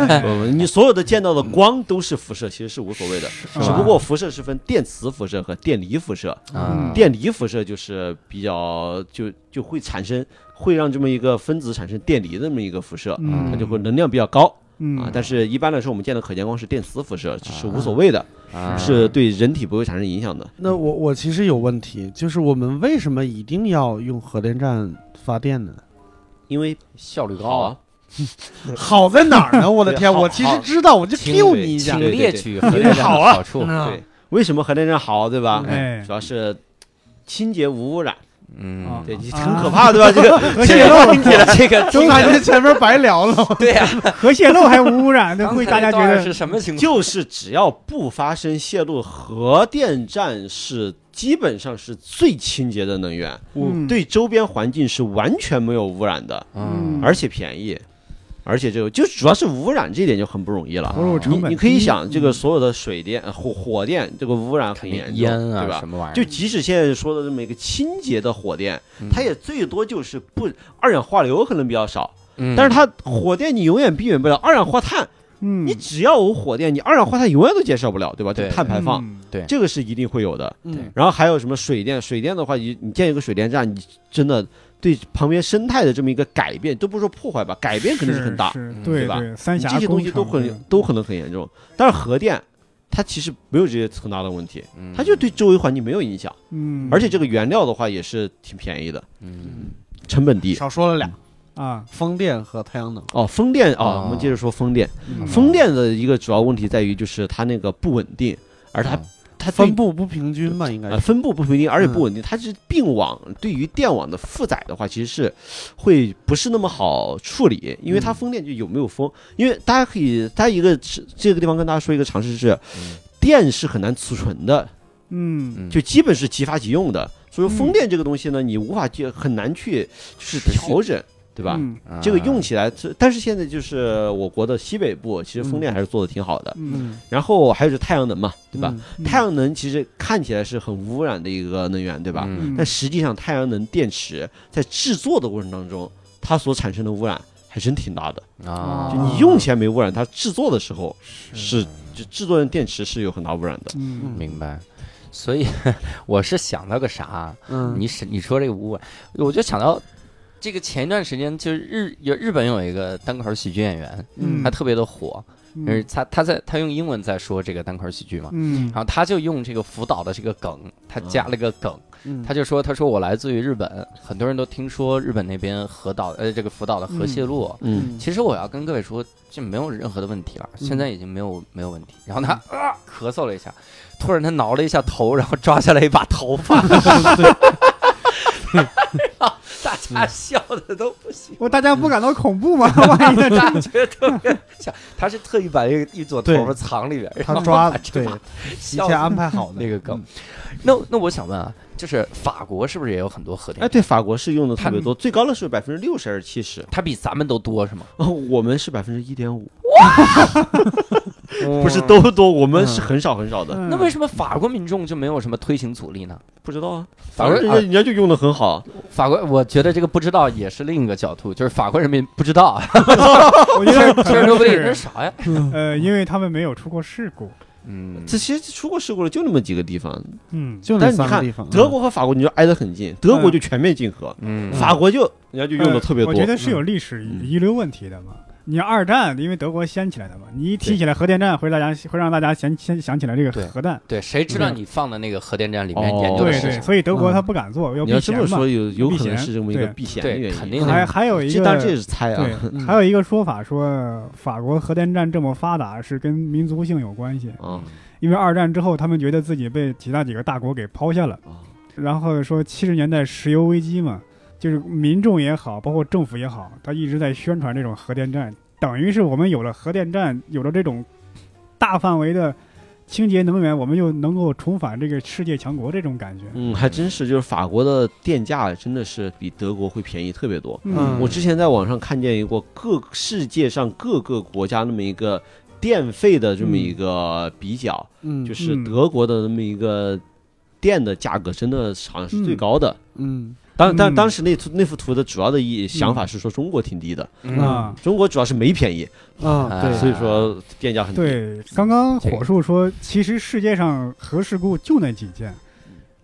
A: 哎
D: 呃你所有的见到的光都是辐射，其实是无所谓的。
A: 吧
D: 只不过辐射是分电磁辐射和电离辐射，嗯
A: 啊
D: 电离辐射就是比较就就会产生会让这么一个分子产生电离的这么一个辐射，
C: 嗯
D: 它啊就会能量比较高
C: 嗯
D: 啊。但是一般来说，我们见的可见光是电磁辐射，是无所谓的，
A: 啊
D: 是对人体不会产生影响的。
B: 那我我其实有问题，就是我们为什么一定要用核电站发电呢？
D: 因为
A: 效率高
D: 好啊
A: 啊，，
B: 好在哪儿呢？我的天，
D: 好
B: 我其
D: 好
B: 实知道，我就
D: 轻
B: Q
D: 微
B: 你一下
A: 请。
D: 对对
A: 列
D: 对嗯
A: 举核电站
B: 好
A: 的
B: 啊
A: 好处。
D: 对，为什么核电站好，对吧？
C: 哎
D: 主要是清洁无污染，
A: 嗯，
D: 对，
C: 啊
D: 很可怕，对 吧？这个
C: 核泄漏，
A: 听起来这个
B: 都感觉前面白聊了。
A: 对呀，
D: 啊
C: 核泄漏还无污 染，那
A: 刚
C: 会
A: 才
C: 大家
A: 那
C: 觉
A: 段
C: 得
A: 是什么情况？
D: 就是只要不发生泄露，核电站是基本上是最清洁的能源，
C: 嗯
D: 对周边环境是完全没有污染的，
A: 嗯
C: 嗯
D: 而且便宜，而且这个就主要是无染这一点就很不容易了。啊
C: 投入成
D: 你
C: 本
D: 你可以
C: 低嗯
D: 想，这个所有的水电、呃火火电，这个污染很严重，
A: 烟
D: 对
A: 啊
D: 吧
A: 什？么玩意儿，
D: 就即使现在说的这么一个清洁的火电，
A: 嗯
D: 它也最多就是不二氧化硫可能比较少，
A: 嗯
D: 但是它火电你永远避免不了二氧化碳，
C: 嗯，
D: 你只要有火电，你二氧化碳永远都减少不了，对吧？这
A: 对
D: 个碳排放，
C: 嗯
A: 对
D: 这个是一定会有的。
A: 嗯
D: 哎然后还有什么水电？水电的话，你你建一个水电站，你真的对旁边生态的这么一个改变，都不是说破坏吧，改变肯定是很大。
C: 是
A: 嗯
C: 对
D: 对吧
C: 对，三
D: 你
C: 峡
D: 这些东西
C: 工
D: 都
C: 程
D: 很都可能很严重。但是核电，它其实没有这些很大的问题，
A: 嗯
D: 它就对周围环境没有影响，
C: 嗯，
D: 而且这个原料的话也是挺便宜的，
A: 嗯
D: 成本低。
B: 少说了俩，
C: 啊，
B: 风电和太阳能。
D: 哦，风电
A: 哦
D: 哦，我们接着说风电。
C: 嗯嗯
D: 风电的一个主要问题在于就是它那个不稳定，而它它对
B: 分布不平均吧，应该
D: 啊，
A: 哎
B: 是。
D: 分布不平均，而且
A: 嗯
D: 不稳定。它是并网对于电网的负载的话，其实是会不是那么好处理，因
A: 嗯
D: 为它风电就有没有风，因为大家可以，大家一个这个地方跟大家说一个常识是，电是很难储存的，
C: 嗯，
A: 嗯
D: 就基本是即发即用的。所以说风电这个东西呢，你无法去很难去就是
A: 持续
D: 调整，对吧？
C: 嗯
D: 这个用
A: 啊
D: 起来，这但是现在就是我国的西北部，其实
A: 嗯
D: 风电还是做的挺好的。
C: 嗯，
D: 然后还有就是太阳能嘛，对吧？
B: 嗯？
C: 嗯
D: 太阳能其实看起来是很无污染的一个能源，对吧？
A: 嗯
D: 但实际上，太阳能电池在制作的过程当中，它所产生的污染还真挺大的。
A: 啊，
D: 就你用起来没污染，它制作的时候是就制作的电池是有很大污染的。
C: 嗯
A: 明白。所以我是想到个啥？啊
B: 嗯，
A: 你是你说这个污染，我就想到这个前一段时间，就是日有日本有一个单口喜剧演员，
C: 嗯
A: 他特别的火，
C: 嗯
A: 就是他他在他用英文在说这个单口喜剧嘛。
C: 嗯
A: 然后他就用这个福岛的这个梗，他加了个梗，
B: 嗯
A: 他就说：“他说我来自于日本，很多人都听说日本那边核岛，呃，这个福岛的核泄漏。
D: 嗯，
A: 其实我要跟各位说，这没有任何的问题了，
B: 嗯
A: 现在已经没有没有问题。然后他啊咳嗽了一下，突然他挠了一下头，然后抓下来一把头发，然后大家笑的都不行，
C: 我大家不感到恐 怖吗？万一在
A: 大家觉得特别像。他是特意把一个一撮头发
B: 对
A: 藏里边，然
B: 他
A: 后
B: 抓
A: 把
B: 对
A: 这把
B: 一
A: 笑
B: 切
A: 死
B: 安排好的
A: 那个梗。那那我想问啊，就是法国是不是也有很多核电
D: 哎，
A: 站？
D: 对，法国是用的特别多，最高的是百分之六十还是七十？
A: 它比咱们都多是吗？
D: 哦，我们是百分之一点五，哦
B: 嗯
D: 不是都多，我们是很少很少的。
A: 那为
C: 么
A: 什么法国民众就没有什么推行阻力呢？
D: 嗯不知道啊，
A: 法
D: 反
A: 国
D: 正嗯人
A: 人
D: 家人家就用的很好，
A: 法国，我觉得这个不知道也是另一个角度，就是法国人民不知 道，
C: 我觉 得可
A: 这说
C: 能
A: 不定这是
C: 是
A: 啥呀？
C: 呃，因为他们没有出过事故。
A: 嗯，
D: 这其实出过事故的就那么几个地方，
C: 嗯
B: 就那
D: 但是你
B: 三个地
D: 看
B: 方，
D: 德国和法国，你就挨得很近，德国就全面禁核，
A: 嗯
D: 法国就人家就用的特别多。
C: 哎呃我觉得是有历史
D: 嗯
C: 遗留问题的嘛。你二战，因为德国掀起来的嘛，你一提起来核电站，会大家会让大家先先想起来这
A: 对
C: 个核弹。
A: 对，谁知道
C: 嗯
A: 你放的那个核电站里面
D: 哦
A: 研究的
C: 对
A: 是
C: 对，
A: 啥？
C: 所以德国
B: 嗯
C: 他不敢做，要
D: 你
C: 避
D: 要这
C: 嫌
D: 么
C: 嘛
D: 说，。有有
C: 避
D: 可能
C: 嫌
D: 是这么一个
C: 对
D: 避嫌的
A: 对，
D: 原
A: 肯
D: 因。嗯
A: 定
C: 还
A: 的。
C: 还有一
D: 这
C: 个
D: 当然这也是猜啊
C: 对，
B: 嗯
C: 还有一个说法说，法国核电站这么发达是跟民族性有关系，
D: 啊
C: 因为二战之后他们觉得自己被其他几个大国给抛下了，
D: 啊
C: 然后说七十年代石油危机嘛，就是民众也好，包括政府也好，他一直在宣传这种核电站，等于是我们有了核电站，有了这种大范围的清洁能源，我们又能够重返这个世界强国这种感觉。
D: 嗯，还真是，就是法国的电价真的是比德国会便宜特别多。
B: 嗯
D: 我之前在网上看见过各世界上各个国家那么一个电费的这么一个比较，
B: 嗯
D: 就是
C: 嗯
D: 德国的那么一个电的价格真的好像是最高的。
B: 嗯
D: 当当
C: 嗯
D: 当时那图那幅图的主要的意想法是说中国挺低的，
A: 嗯
C: 啊，
D: 中国主要是煤便宜，
B: 啊
A: 哎
B: 对，
D: 所以说电价很低。
C: 对，刚刚
A: 这个
C: 火树说，其实世界上核事故就那几件，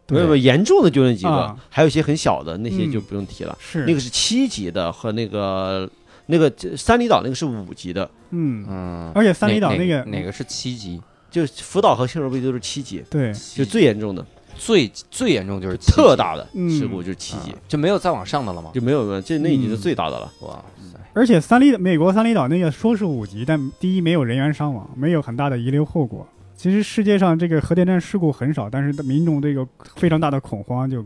D: 没有没有严重的就那几个，
C: 啊
D: 还有一些很小的那些
C: 嗯
D: 就不用提了。
C: 是
D: 那个是七级的和那个那个这三里岛那个是五级的，
C: 嗯，
A: 嗯，
C: 而且三里岛
A: 哪
C: 那
A: 哪
C: 个
A: 哪个是七级？
D: 就是福岛和新罗贝都是七级，
C: 对，
D: 就最严重的、
A: 最最严重就是七级
D: 特大的
C: 嗯
D: 事故就是七级，
A: 啊就没有再往上的了吗？
D: 就没有没有，这那已经是
C: 嗯
D: 最大的了。
A: 哇塞，
C: 而且三里美国三里岛那个说是五级，但第一没有人员伤亡，没有很大的遗留后果。其实世界上这个核电站事故很少，但是民众这个非常大的恐慌就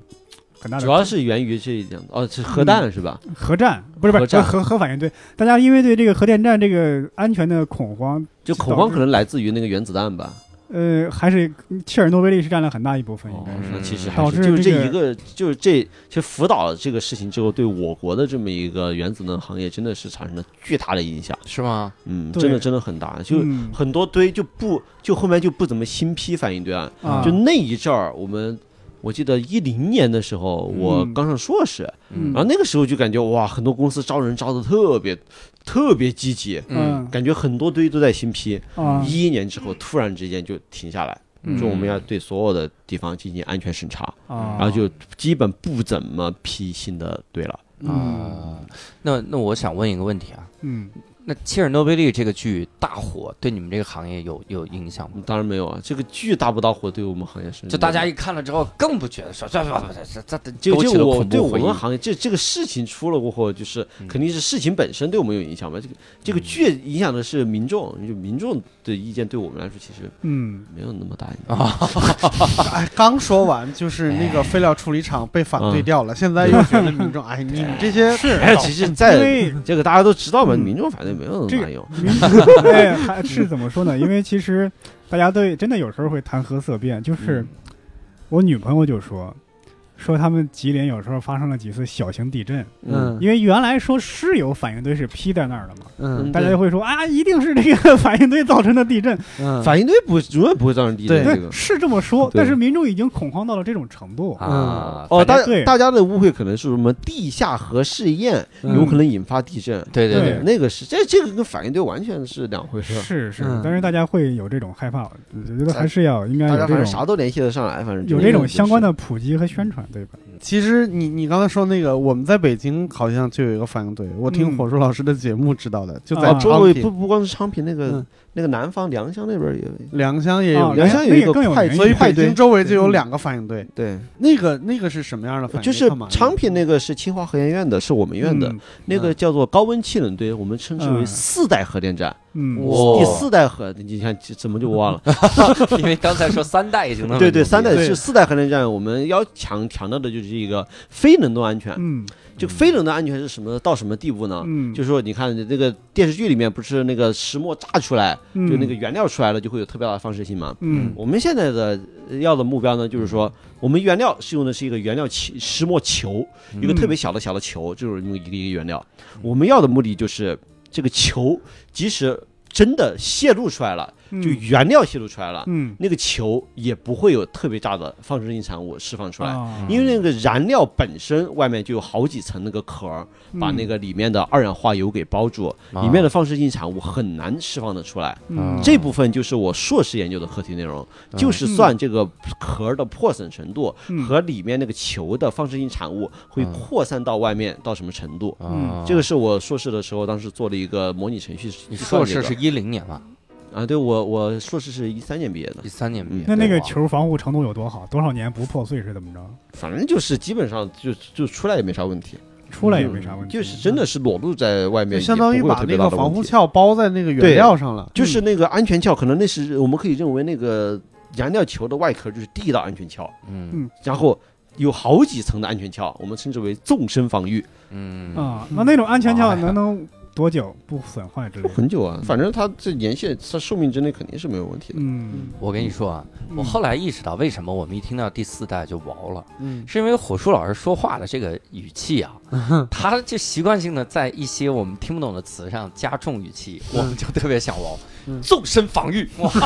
C: 很大的
D: 主要是源于这一点，哦，是核弹是吧？
C: 核战，不是不
D: 核
C: 是
D: 战
C: 核核反应堆，大家因为对这个核电站这个安全的恐慌，
D: 就恐慌可能来自于那个原子弹吧。
C: 呃，还是切尔诺贝利是占了很大一部分，应
D: 哦
C: 该是。
A: 嗯
D: 那其实
C: 导
D: 还是
C: 致
D: 就是
C: 这
D: 这
C: 个
D: 一个，就是这就福岛这个事情之后，对我国的这么一个原子能行业真的是产生了巨大的影响。
A: 是吗？
D: 嗯，
C: 对
D: 真的真的很大，就
C: 嗯
D: 很多堆就不就后面就不怎么新批反应堆啊，
C: 啊
D: 就那一阵儿，我们我记得一零年的时候，我刚上硕士，
C: 嗯
D: 然后那个时候就感觉哇，很多公司招人招的特别特别积极，
A: 嗯
C: 嗯
D: 感觉很多堆都在新批。
C: 啊
D: 一一年之后，突然之间就停下来，
C: 嗯
D: 就我们要对所有的地方进行安全审查，
C: 啊，
D: 然后就基本不怎么批新的堆了。
C: 嗯
A: 啊，那那我想问一个问题啊，
C: 嗯
A: 那《切尔诺贝利》这个剧大火，对你们这个行业有有影响吗？
D: 当然没有啊，这个剧大不大火，对我们行业是
A: 嗯就大家一看了之后，更不觉得说这这这这
D: 嗯就
A: 勾起
D: 就
A: 了
D: 我
A: 恐
D: 对
A: 怖
D: 我
A: 回忆
D: 们。行业，这这个事情出了过后，就是
A: 嗯
D: 肯定是事情本身对我们有影响吧。这个这个剧影响的是民众，就民众的意见对我们来说其实
C: 嗯，
D: 没有那么大影响。
A: 啊，
B: 哎，刚说完就是那个废料处理厂被反对掉了，现在又觉得民众，哎，你们这些
C: 是
D: 哎，其实
C: 因
D: 在
C: 为
D: 这个大家都知道嘛，
C: 嗯
D: 民众反对没有那
C: 这
D: 么
C: 个
D: 大用。
C: 民族 对，还是怎么说呢？因为其实大家对真的有时候会谈何色变，就是
D: 嗯
C: 我女朋友就说。说他们吉林有时候发生了几次小型地震，
B: 嗯
C: 因为原来说是有反应堆是劈在那儿的嘛，
B: 嗯
C: 大家就会说啊，一定是这个反应堆造成的地震，
B: 嗯，
D: 反应堆不永远不会造成敌人
B: 对
D: 这个
C: 对，。是这么说，
D: 对
C: 但是民众已经恐慌到了这种程度。
A: 啊，
D: 哦，
A: 反
D: 大
A: 正
C: 对
D: 大家的误会可能是什么地下核试验
B: 嗯
D: 有可能引发地震，
A: 对对
C: 对
A: 对，
D: 那个是这这个跟反应堆完全是两回事。
C: 是是
B: 嗯，
C: 但是大家会有这种害怕，我觉得还是要应该
D: 大
C: 哎有
D: 家反
C: 这
D: 正
C: 种
D: 啥都联系得上来，反正
C: 有这种相关的普及和宣传，对吧？
B: 其实你你刚才说那个，我们在北京好像就有一个反应堆，我听
C: 嗯
B: 火树老师的节目知道的，就在
C: 啊
B: 昌
D: 周围不
B: 平、
D: 不光是昌平，那个
B: 嗯
D: 那个南方良乡那边也有，
B: 良乡也
C: 哦
B: 有，
D: 良乡有一
C: 那个更有
D: 快
C: 名
B: 所以
D: 快
B: 北
D: 堆
B: 京，周围就有两个反应堆。
D: 对，
B: 那个那个是什么样的反应
D: 嗯就
B: 堆？
D: 是
B: 干嘛的
D: 昌平那个是清华核研院的，是我们院的，
C: 嗯
D: 那个叫做高温气冷堆，我们称之为
C: 嗯
D: 四代核电站，
C: 嗯，
A: 哇
D: 第四代核，你看怎么就忘了？
A: 因为刚才说三代已经那么
D: 对对，三代
B: 对
D: 是四代核电站，我们要强强调的就是一个非冷冻安全。
C: 嗯
D: 这个非冷冻安全是什么到什么地步呢？
C: 嗯，
D: 啊就是说，你看那个电视剧里面不是那个石墨炸出来，
C: 嗯
D: 就那个原料出来了，就会有特别大的放射性嘛。
C: 嗯
D: 我们现在的呃要的目标呢，就是说，我们原料是用的是一个原料球石墨球，一个特
C: 嗯
D: 别小的小的球，就是用一个一个原料。我们要的目的就是这个球，即使真的泄露出来了，
C: 嗯
D: 就原料泄露出来了，
C: 嗯
D: 那个球也不会有特别大的放射性产物释放出来。
C: 啊
D: 因为那个燃料本身外面就有好几层那个壳儿，
C: 嗯
D: 把那个里面的二氧化铀给包住，
A: 啊
D: 里面的放射性产物很难释放得出来。
A: 嗯
C: 嗯
D: 这部分就是我硕士研究的课题内容，就是算这个壳儿的破损程度
C: 嗯
D: 和里面那个球的放射性产物会
A: 嗯
D: 扩散到外面到什么程度。
A: 啊
D: 嗯这个是我硕士的时候，当时做了一个模拟程序去
A: 你
D: 算
A: 硕
D: 这个。
A: 士是一零年吧，
D: 啊？对，我我硕士是一三年毕业的
A: 一，三年毕业。
C: 那那个
A: 哇
C: 球防护程度有多好？多少年不破碎是怎么着？
D: 反正就是基本上就就出来也没啥问题，
C: 出来也没啥问
D: 嗯
C: 题。
D: 就是真的是裸露在外面，
B: 嗯就相当于把那个防护嗯
D: 壳，
B: 壳包在那个原料上了。
D: 就是那个安全壳，可能那是我们可以认为那个燃料球的外壳就是第一道安全壳，
A: 嗯
D: 然后有好几层的安全壳，我们称之为纵深防御，
A: 嗯
C: 啊，那那种安全壳
A: 哎呀
C: 能能多久不损坏之类的？
D: 很久啊，反正它这年限它寿命之内肯定是没有问题的。
C: 嗯，
A: 我跟你说啊，我后来意识到为什么我们一听到第四代就毛了，
B: 嗯，
A: 是因为火树老师说话的这个语气啊，他就习惯性的在一些我们听不懂的词上加重语气，我们就特别想毛
B: 嗯。
A: 纵深防御，哇塞！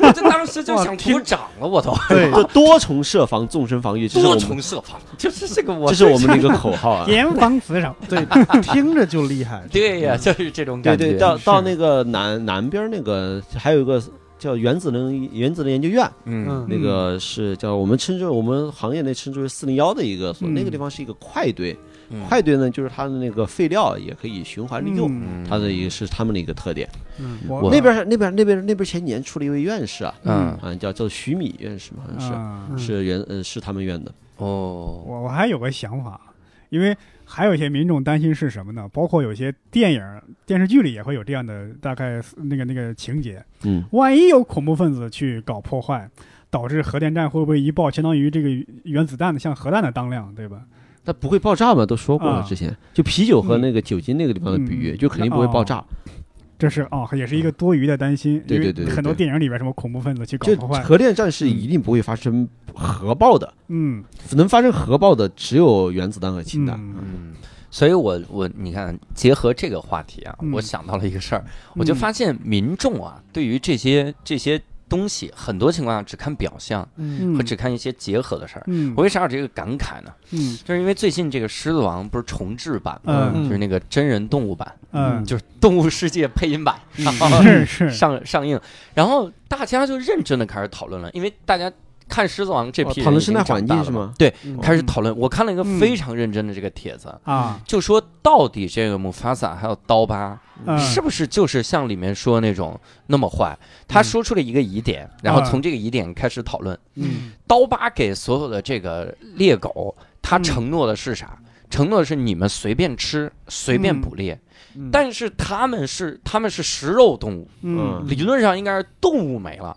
A: 我这当时就
B: 哇
A: 想
B: 听
A: 鼓掌了，我都
B: 对，
D: 这多重设防、纵深防御，这是我
A: 多
D: 们
A: 重设防，就是这个我
D: 这是我们的一个口号 啊。
C: 严防死守。
B: 对，听着就厉害。
A: 对
D: 嗯
A: 呀，就是这种
D: 对
A: 感觉。
D: 对，到
C: 是
D: 到那个南南边那个还有一个叫原子能原子能研究院，
A: 嗯
B: 嗯
D: 那个是叫我们称之为我们行业内称之为四零幺的一个所，
C: 嗯
D: 那个地方是一个快堆，
A: 嗯
D: 快堆呢就是它的那个废料也可以循环利用，
C: 嗯，
A: 嗯
D: 它的一个是他们的一个特点。
B: 嗯
A: 我
C: 我啊
D: 那边儿那边儿那边儿那边儿前几年出了一位院士啊，
A: 嗯
D: 啊叫叫徐米院士嘛，好像
C: 啊
B: 嗯
D: 是是原呃是他们院的，
A: 哦，
C: 我我还有个想法，因为还有一些民众担心是什么呢？包括有些电影、电视剧里也会有这样的大概那个那个情节，
D: 嗯，
C: 万一有恐怖分子去搞破坏，导致核电站会不会一爆，相当于这个原子弹的像核弹的当量，对吧？
D: 那不会爆炸嘛？都说过了
C: 啊
D: 之前，就啤酒和那个酒精那个地方的比喻，
C: 嗯
D: 就肯定不会爆炸，
C: 这是哦，也是一个多余的担心，
D: 对
C: 因为
D: 对对对
C: 很多电影里边什么恐怖分子去搞
D: 就
C: 破坏，
D: 核电站是一定不会发生核爆的，
C: 嗯
D: 能发生核爆的只有原子弹和氢弹。哦
C: 嗯
A: 嗯，所以我我你看，结合这个话题啊，
C: 嗯
A: 我想到了一个事儿，我就发现民众啊，对于这些这些东西，很多情况下只看表象
B: 嗯
C: 嗯
A: 和只看一些结合的事儿。
C: 嗯
A: 我为啥有这个感慨呢？
C: 嗯
A: 就是因为最近这个《狮子王》不是重制版吗？
C: 嗯
A: 就是那个真人动物版，
C: 嗯，
A: 就是动物世界配音版上
C: 是是
A: 上上映，然后大家就认真的开始讨论了，因为大家看《狮子王》这批
D: 哦
A: 人
D: 讨论
A: 已
D: 生
A: 经
D: 态
A: 长
D: 环
A: 大
D: 境
A: 了
D: 是
A: 嘛
D: 吗？
A: 对，
B: 嗯
A: 开始讨论。我看了一个
C: 嗯
A: 非常认真的这个帖子，
C: 啊，
A: 就说到底这个姆法萨还有刀疤、
C: 嗯
A: 是不是就是像里面说那种那么坏？他说出了一个疑点，然后从这个疑点开始讨论。
C: 嗯
A: 刀疤给所有的这个猎狗，他
C: 嗯
A: 承诺的是啥？承诺的是你们随便吃，随便捕猎，
B: 嗯
A: 但是他们是他们是食肉动物，
C: 嗯，
A: 理论上应该是动物没了，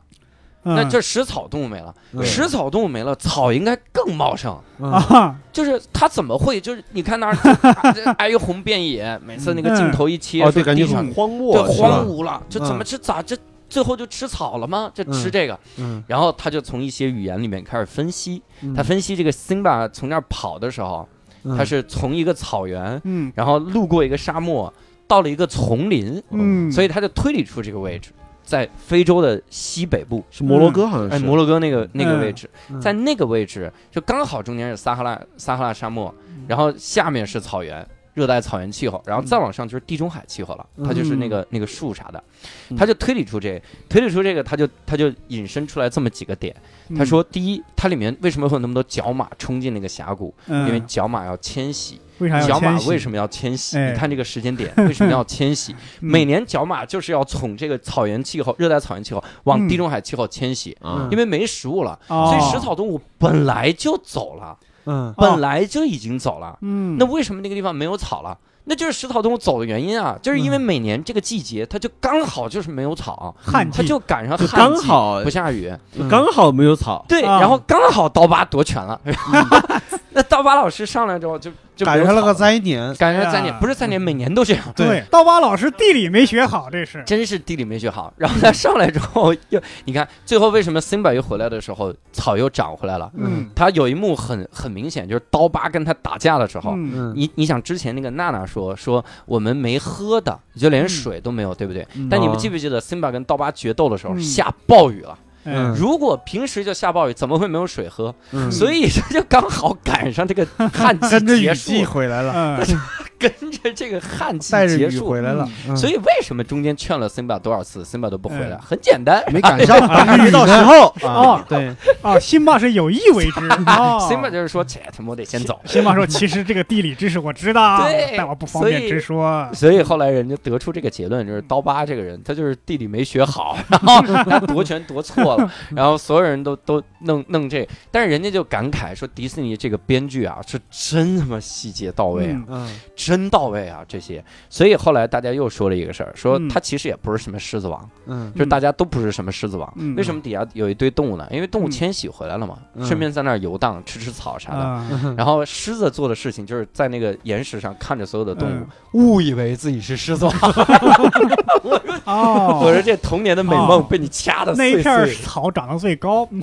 A: 那
C: 嗯
A: 这食草动物没了，
B: 嗯
A: 食草动物没了，草应该更茂盛。
B: 嗯
C: 啊，
A: 就是他怎么会就是你看那儿啊这哀鸿遍野，每次那个镜头一切，
D: 哦，
A: 说
D: 对，感觉
A: 地上
D: 很荒
A: 对
D: 漠，是吧
A: 荒芜了，这怎么
B: 嗯
A: 吃咋这最后就吃草了吗？这吃
B: 嗯
A: 这个，
B: 嗯
A: 然后他就从一些语言里面开始分析，
B: 嗯
A: 他分析这个辛巴从那儿跑的时候，他是从一个草原，
C: 嗯
A: 然后路过一个沙漠，到了一个丛林，
C: 嗯，
A: 所以他就推理出这个位置在非洲的西北部，
D: 是摩洛哥好像是。
A: 哎，摩洛哥那个那个位置。
B: 嗯
A: 在那个位置，就刚好中间是撒哈拉撒哈拉沙漠，然后下面是草原，热带草原气候，然后再往上就是地中海气候了，
B: 嗯
A: 它就是那个那个树啥的
B: 嗯，
A: 他就推理出这推理出这个，他就他就引申出来这么几个点。
C: 嗯
A: 他说，第一，它里面为什么会有那么多角马冲进那个峡谷？
C: 嗯，
A: 因
C: 因
A: 为角马要迁徙，
C: 为啥
A: 角马为
C: 么
A: 什么要迁徙？
C: 哎
A: 你看这个时间点，为什么要迁徙？每年角马就是要从这个草原气候、热带草原气候往
C: 嗯
A: 地中海气候迁徙，
D: 啊
A: 因为没食物了。所
C: 所
A: 以食草动物本来就走了，
B: 嗯
A: 本来就已经走了。
C: 嗯，
A: 那为什么那个地方没有草了？那就是食草动物走的原因啊，就是因为每年这个季节它就刚好就是没有草，
C: 旱
A: 它
C: 嗯季
A: 就赶上
D: 就
A: 旱
D: 刚
A: 季
D: 好
A: 不下雨，
B: 嗯
D: 刚好没有草，
A: 对，
C: 啊
A: 然后刚好刀疤夺权了。 那刀疤老师上来之后就就
B: 赶上了个
A: 三，
B: 灾年，
A: 赶上三
C: 哎
A: 年
C: 呀
A: 不是三年，每年都这样。
C: 对，刀疤老师地理没学好，这是
A: 真是地理没学好，然后他上来之后又，你看最后为什么辛巴又回来的时候草又长回来了？
C: 嗯
A: 他有一幕很很明显，就是刀疤跟他打架的时候，
C: 嗯
B: 嗯
A: 你你想之前那个娜娜说说我们没喝的，就
B: 嗯
A: 连水都没有，对不对？但你们记不记得辛巴跟刀疤决斗的时候
C: 嗯
A: 下暴雨了？
C: 哎
B: 嗯
A: 如果平时就下暴雨，怎么会没有水喝？
B: 嗯
A: 所以这就刚好赶上这个 旱
B: 跟着
A: 季
B: 雨
A: 结
B: 季
A: 束，
B: 回来了，
C: 嗯
A: 跟着这个旱季
B: 带着
A: 结
B: 雨
A: 束。
B: 回来了，嗯
A: 所以为什么中间劝了辛巴多少次，辛巴都不回来？
C: 嗯
A: 很简单，
D: 没赶 上，
B: 哎
D: 没到时候啊
C: 哦，
B: 对，
C: 哦，辛巴是有意为 之哦。
A: 辛巴就是说，切他妈我得先走。
C: 辛巴说：“其实这个地理知识我知道，
A: 对
C: 但我不方便
A: 所以
C: 直说。
A: 所以后来人家得出这个结论，就是刀疤这个人，他就是地理没学好，然后他夺权夺错 了，然后所有人都都弄弄这，但是人家就感慨说，迪士尼这个编剧啊，是真他妈细节到位啊，
C: 嗯
B: 嗯
A: 真到位啊这些。所以后来大家又说了一个事儿，说
C: 嗯
A: 他其实也不是什么狮子王，
B: 嗯
A: 就是大家都不是什么狮子王。
C: 嗯
A: 为什么底下有一堆动物呢？因为动物
C: 嗯
A: 迁徙回来了嘛，
B: 嗯
A: 顺便在那儿游荡、吃吃草啥的。
C: 啊，
B: 嗯
A: 然后狮子做的事情就是在那个岩石上看着所有的动物
C: 嗯，
A: 误以为自己是狮子王。
C: 哦，
A: 我说这童年的美梦被你掐的
C: 那一
A: 碎
C: 片
A: 碎，
C: 草长得最高，嗯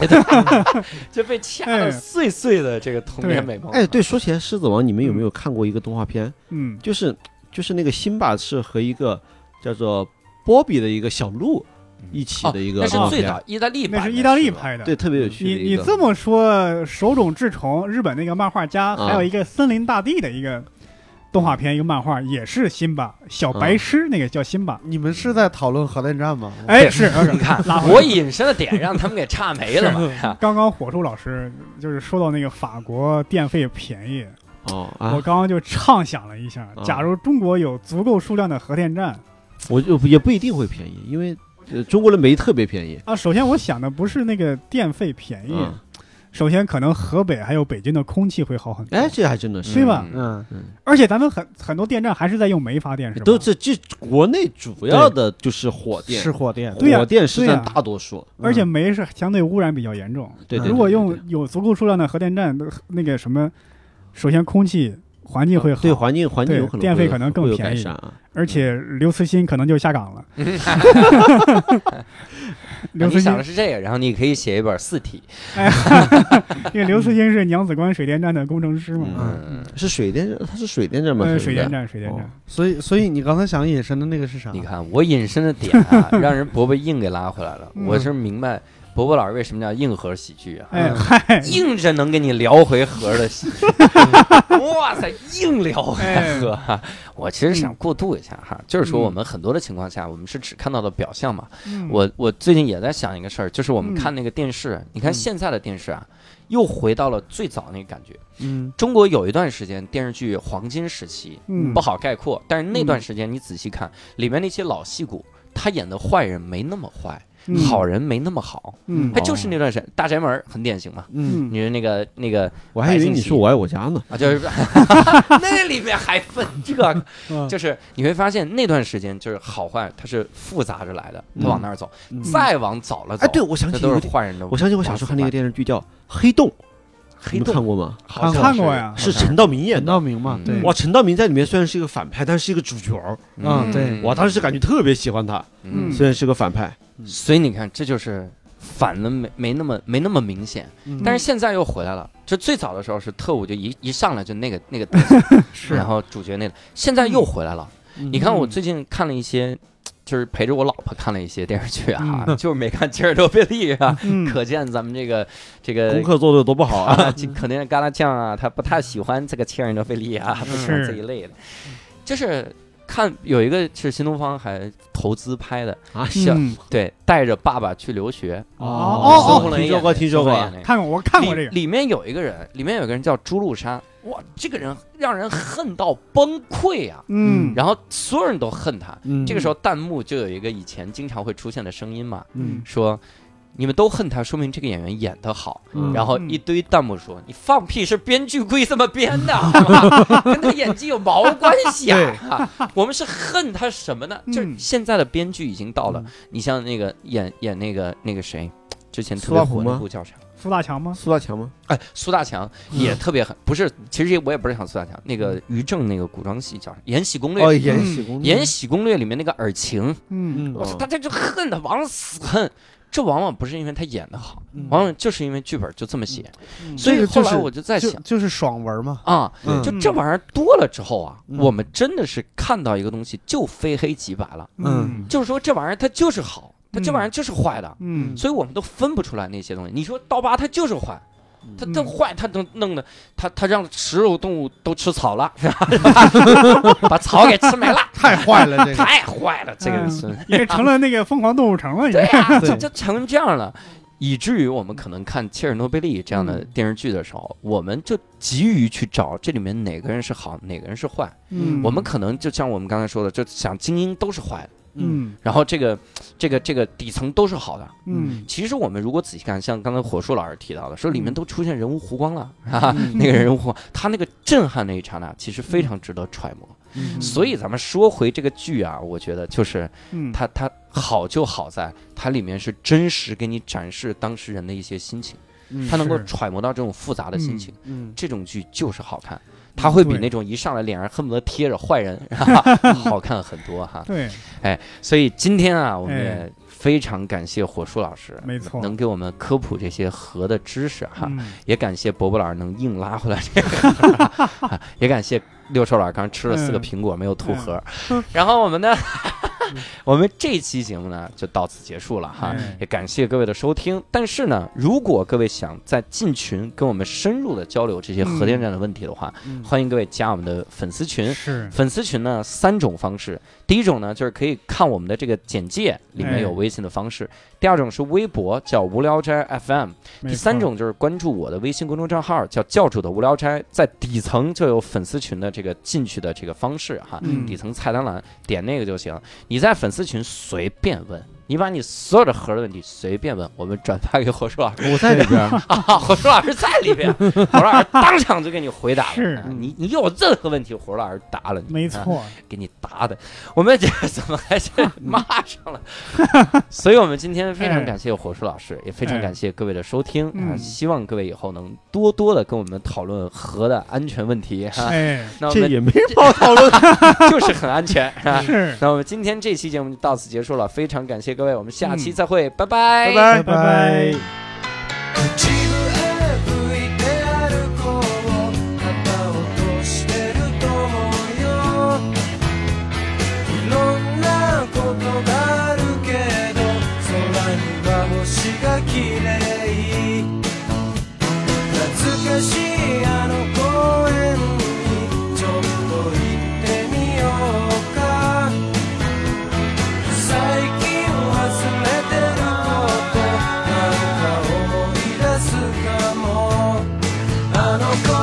A: 就被掐的碎碎的这个童年美梦。啊
D: 哎，，对，说起来《狮子王》，你们有没有看过一个动画片？
C: 嗯
D: 就是就是那个辛巴是和一个叫做波比的一个小鹿一起
A: 哦
D: 的一，个
A: 那是
D: 动画
A: 最
D: 片
A: 早意大利版
C: 那
A: 的，
C: 是意大利拍的。
D: 对，特别有趣的
C: 你
D: 一
C: 你
D: 个。
C: 这么说，手冢治虫，日本那个漫画家，
D: 啊
C: 还有一个森林大地的一个动画片，一个漫画，也是辛巴小
A: 啊
C: 白狮，那个叫辛巴。
B: 你们是在讨论核电站吗？
C: 哎，是
A: 你看
C: 拉，回来
A: 我引申的点让他们给岔没了嘛。
C: 刚刚火树老师就是说到那个法国电费便宜，
D: 哦
C: 我
D: 啊，
C: 刚刚就畅想了一下，
D: 啊
C: 假如中国有足够数量的核电站
D: 我就也不一定会便宜，因为呃中国的煤特别便宜。
C: 啊，首先我想的不是那个电费便宜，
D: 嗯，
C: 首先可能河北还有北京的空气会好很多，
D: 哎，这还真的是
C: 对吧
A: 嗯？
B: 嗯
C: 而且咱们很很多电站还是在用煤发嗯电，是吧？
D: 都这这国内主要的就是火电
B: 是，火电，
C: 对呀
D: 火电是
C: 对呀
D: 占大多数。
C: 而且煤是相对污染比较严重。
D: 对，嗯对
C: 如果
D: 对
C: 用
D: 对对
C: 有足够数量的核电站，那那个什么，首先空气环境会好，
D: 对环境环境有可能
C: 对电
D: 会
C: 费
D: 有
C: 可能更
D: 会有
C: 便宜
D: 改善啊。
C: 而且刘慈欣可能就下岗了。嗯 刘
A: 嗯你
C: 慈
D: 啊
C: 欣
A: 想的，是这个，然后你可以写一本《四体
C: 因为刘慈欣是娘子关水电站的工程师嘛，》。
A: 嗯，
D: 是水电，它是水电站吗？
C: 呃，
D: 是
C: 水电站，水电站，
B: 所以所以你刚才想引申的那个是啥？
A: 你看我引申的点啊，让人伯伯硬给拉回来了。
C: 嗯
A: 我是明白。伯伯老师为什么叫硬核喜剧啊？
C: 哎
B: 嗯
C: 嗨，
A: 硬着能跟你聊回核的 喜剧，哇塞，硬聊回核哈、
C: 哎
A: 我其实想过渡一下哈，就是说我们很多的情况下，我们是只看到了表象嘛。
C: 嗯
A: 我我最近也在想一个事儿，就是我们
C: 嗯
A: 看那个电视，你看
B: 嗯
A: 现在的电视啊，又回到了最早那个感觉。
B: 嗯
A: 中国有一段时间电视剧黄金时期，
C: 嗯
A: 不好概括，但是那段时间你仔细看，里面那些老戏骨，他演的坏人没那么坏，
C: 嗯
A: 好人没那么好，
C: 嗯
A: 他就是那段时间大宅门儿很典型嘛。
B: 嗯，
A: 你是那个那个
D: 我还以为你说我爱我家呢。
A: 啊，就是那里面还分这个，
D: 嗯
A: 就是你会发现那段时间就是好坏它是复杂着来的，它往那儿走，
B: 嗯
A: 再往早了走，
D: 哎，对，我想
A: 这
D: 起
A: 都
D: 有
A: 是坏人的。
D: 我想起我小时候看那个电视剧叫《黑洞》，
A: 黑
D: 你们
A: 洞
D: 看过吗？
A: 好像
C: 啊看
A: 是
C: 过，呀，
D: 是陈道明演
B: 陈
D: 的。
B: 道明嘛，
A: 嗯
B: 对，
D: 哇，陈道明在里面虽然是一个反派，但是一个主角儿。
B: 嗯对
D: 我当时感觉特别喜欢他，
A: 嗯
C: 嗯
D: 虽然是个反派。
A: 所以你看，这就是反的没没那么没那么明显，
B: 嗯
A: 但是现在又回来了。就最早的时候是特务，就一一上来就那个 那个东西，
C: 是
A: 然后主角那个，现在又回来了。
D: 嗯
A: 你看我最近看了一些，就是陪着我老婆看了一些电视剧啊，
D: 嗯
A: 就是没看《吉尔多贝利》啊，
C: 嗯
A: 可见咱们这个这个
D: 功课做的多不好啊！
A: 啊，这可能嘎啦酱啊，他不太喜欢这个切尔诺贝利啊，不喜
D: 嗯
A: 欢这一类的。就是看有一个是新东方还投资拍的，
D: 啊，
A: 像
C: 嗯
A: 对，带着爸爸去留学，
C: 哦
A: 孙红雷
D: 听说过，
A: 演的
D: 听说。
A: 孙红雷
D: 过啊
A: 演。那个
C: 看过我看过这
A: 里
C: 个，
A: 里面有一个人，里面有个人叫朱露莎，哇，这个人让人恨到崩溃啊！
C: 嗯，
A: 然后所有人都恨他。
B: 嗯
A: 这个时候弹幕就有一个以前经常会出现的声音嘛，
B: 嗯
A: 说你们都恨他，说明这个演员演得好。
B: 嗯
A: 然后
C: 嗯
A: 一堆弹幕说：“你放屁，是编剧故意这么编 的，好吗跟他演技有毛关系啊！ 我们是恨他什么呢？就是
C: 嗯
A: 现在的编剧已经到
D: 嗯
A: 了，你像那个演演那个那个谁，之前特
D: 苏
A: 别
D: 大红
A: 火那
D: 吗
A: 部叫啥？
C: 苏大强吗？
D: 苏大强吗？
A: 哎，苏大强
D: 嗯
A: 也特别狠，不是，其实我也不是想苏大强，那个于正那个古装戏叫啥《延禧攻略》。
D: 哦，《
A: 《
D: 延禧攻略》
A: 延禧攻略》里面那个尔晴，
C: 嗯
D: 嗯，
A: 我操，
D: 哦
A: 大家就恨他，往死恨。这往往不是因为他演的好，
B: 嗯
A: 往往就是因为剧本就这么写。
B: 嗯
A: 所以后
B: 这个就
A: 来
B: 是
A: 我就在
B: 就
A: 想，
B: 就是爽文嘛，
A: 啊，
B: 嗯
A: 就这玩意儿多了之后啊，
B: 嗯
A: 我们真的是看到一个东西就非黑即白了，
B: 嗯
A: 就是说这玩意儿它就是好，它这
C: 嗯
A: 玩意儿就是坏的，
C: 嗯
A: 所以我们都分不出来那些东西。你说刀疤它就是坏。它它
C: 嗯
A: 坏，它能弄的，它它让食肉动物都吃草了，是吧？是 吧把草给吃没了，
B: 太坏了，这个
A: 太坏了，这个
C: 嗯
A: 孙
C: 也成了那个疯狂动物城了，已经
A: 对呀、
B: 对啊
A: 就就成这样了，以至于我们可能看《切尔诺贝利》这样
B: 嗯
A: 的电视剧的时候，我们就急于去找这里面哪个人是好，哪个人是坏。
C: 嗯，
A: 我们可能就像我们刚才说的，就想精英都是坏的，
C: 嗯
A: 然后这个这个这个底层都是好的。
C: 嗯
A: 其实我们如果仔细看，像刚才火树老师提到的，说里面都出现人物弧光了，哈、哈，
B: 嗯
A: 那个人物弧光，他那个震撼那一刹那，其实非常值得揣摩。
B: 嗯
A: 所以咱们说回这个剧啊，我觉得就是
C: 嗯，
A: 它它好就好在它里面是真实给你展示当事人的一些心情，
B: 嗯
A: 它能够
C: 是
A: 揣摩到这种复杂的心情。
B: 嗯
A: 这种剧就是好看，它会比
C: 嗯对
A: 那种一上来脸上恨不得贴着坏 人好看很多哈。
C: 对，
A: 所以今天啊，我们
C: 嗯哎
A: 也非常感谢火树老师，
C: 没错
A: 能给我们科普这些核的知识哈。
C: 嗯
A: 也感谢伯伯老师能硬拉回来这个， 啊也感谢六兽老师刚吃了
B: 嗯
A: 四个苹果没有吐 核。然后我们呢， 我们这期节目呢就到此结束了
B: 嗯
A: 哈
C: 哎，
A: 也感谢各位的收听。但是呢，如果各位想在进群跟我们深入的交流这些核电站的问题的话，
B: 嗯
A: 欢迎各位加我们的粉丝群。
C: 是，
A: 粉丝群呢，三种方式。第一种呢，就是可以看我们的这个简介，里
B: 哎
A: 面有微信的方式；第二种是微博，叫无聊斋 FM；
C: 没
A: 第三
C: 错
A: 种就是关注我的微信公众账号，叫教主的无聊斋，在底层就有粉丝群的这个进去的这个方式哈，
C: 嗯
A: 底层菜单栏点那个就行。你在粉丝群随便问，你把你所有的核的问题随便问，我们转发给火树老师
B: 我在里 边儿，
A: 啊，火树老师在里边，火树老师当场就给你回答了。
C: 是
A: 啊你你有任何问题，火树老师答了你，
C: 没
A: 啊
C: 错，
A: 给你答的，我们这个怎么还是骂上了？所以我们今天非常感谢火树老师，也非常感谢各位的收听
C: 嗯
A: 啊！希望各位以后能多多的跟我们讨论核的安全问题哈。
C: 哎，。
A: 那我
D: 这
A: 们
D: 也没什么讨论。
A: 就是很安全啊
C: 是，
A: 那我们今天这期节目就到此结束了，非常感谢各位，我们下期
C: 嗯
A: 再会，拜
B: 拜
A: 拜。
B: 拜
C: 拜拜。
E: 「口笛吹いて歩こう」「旗落としてると思うよ」「いろんなことがあるけど」「空には星が消えの子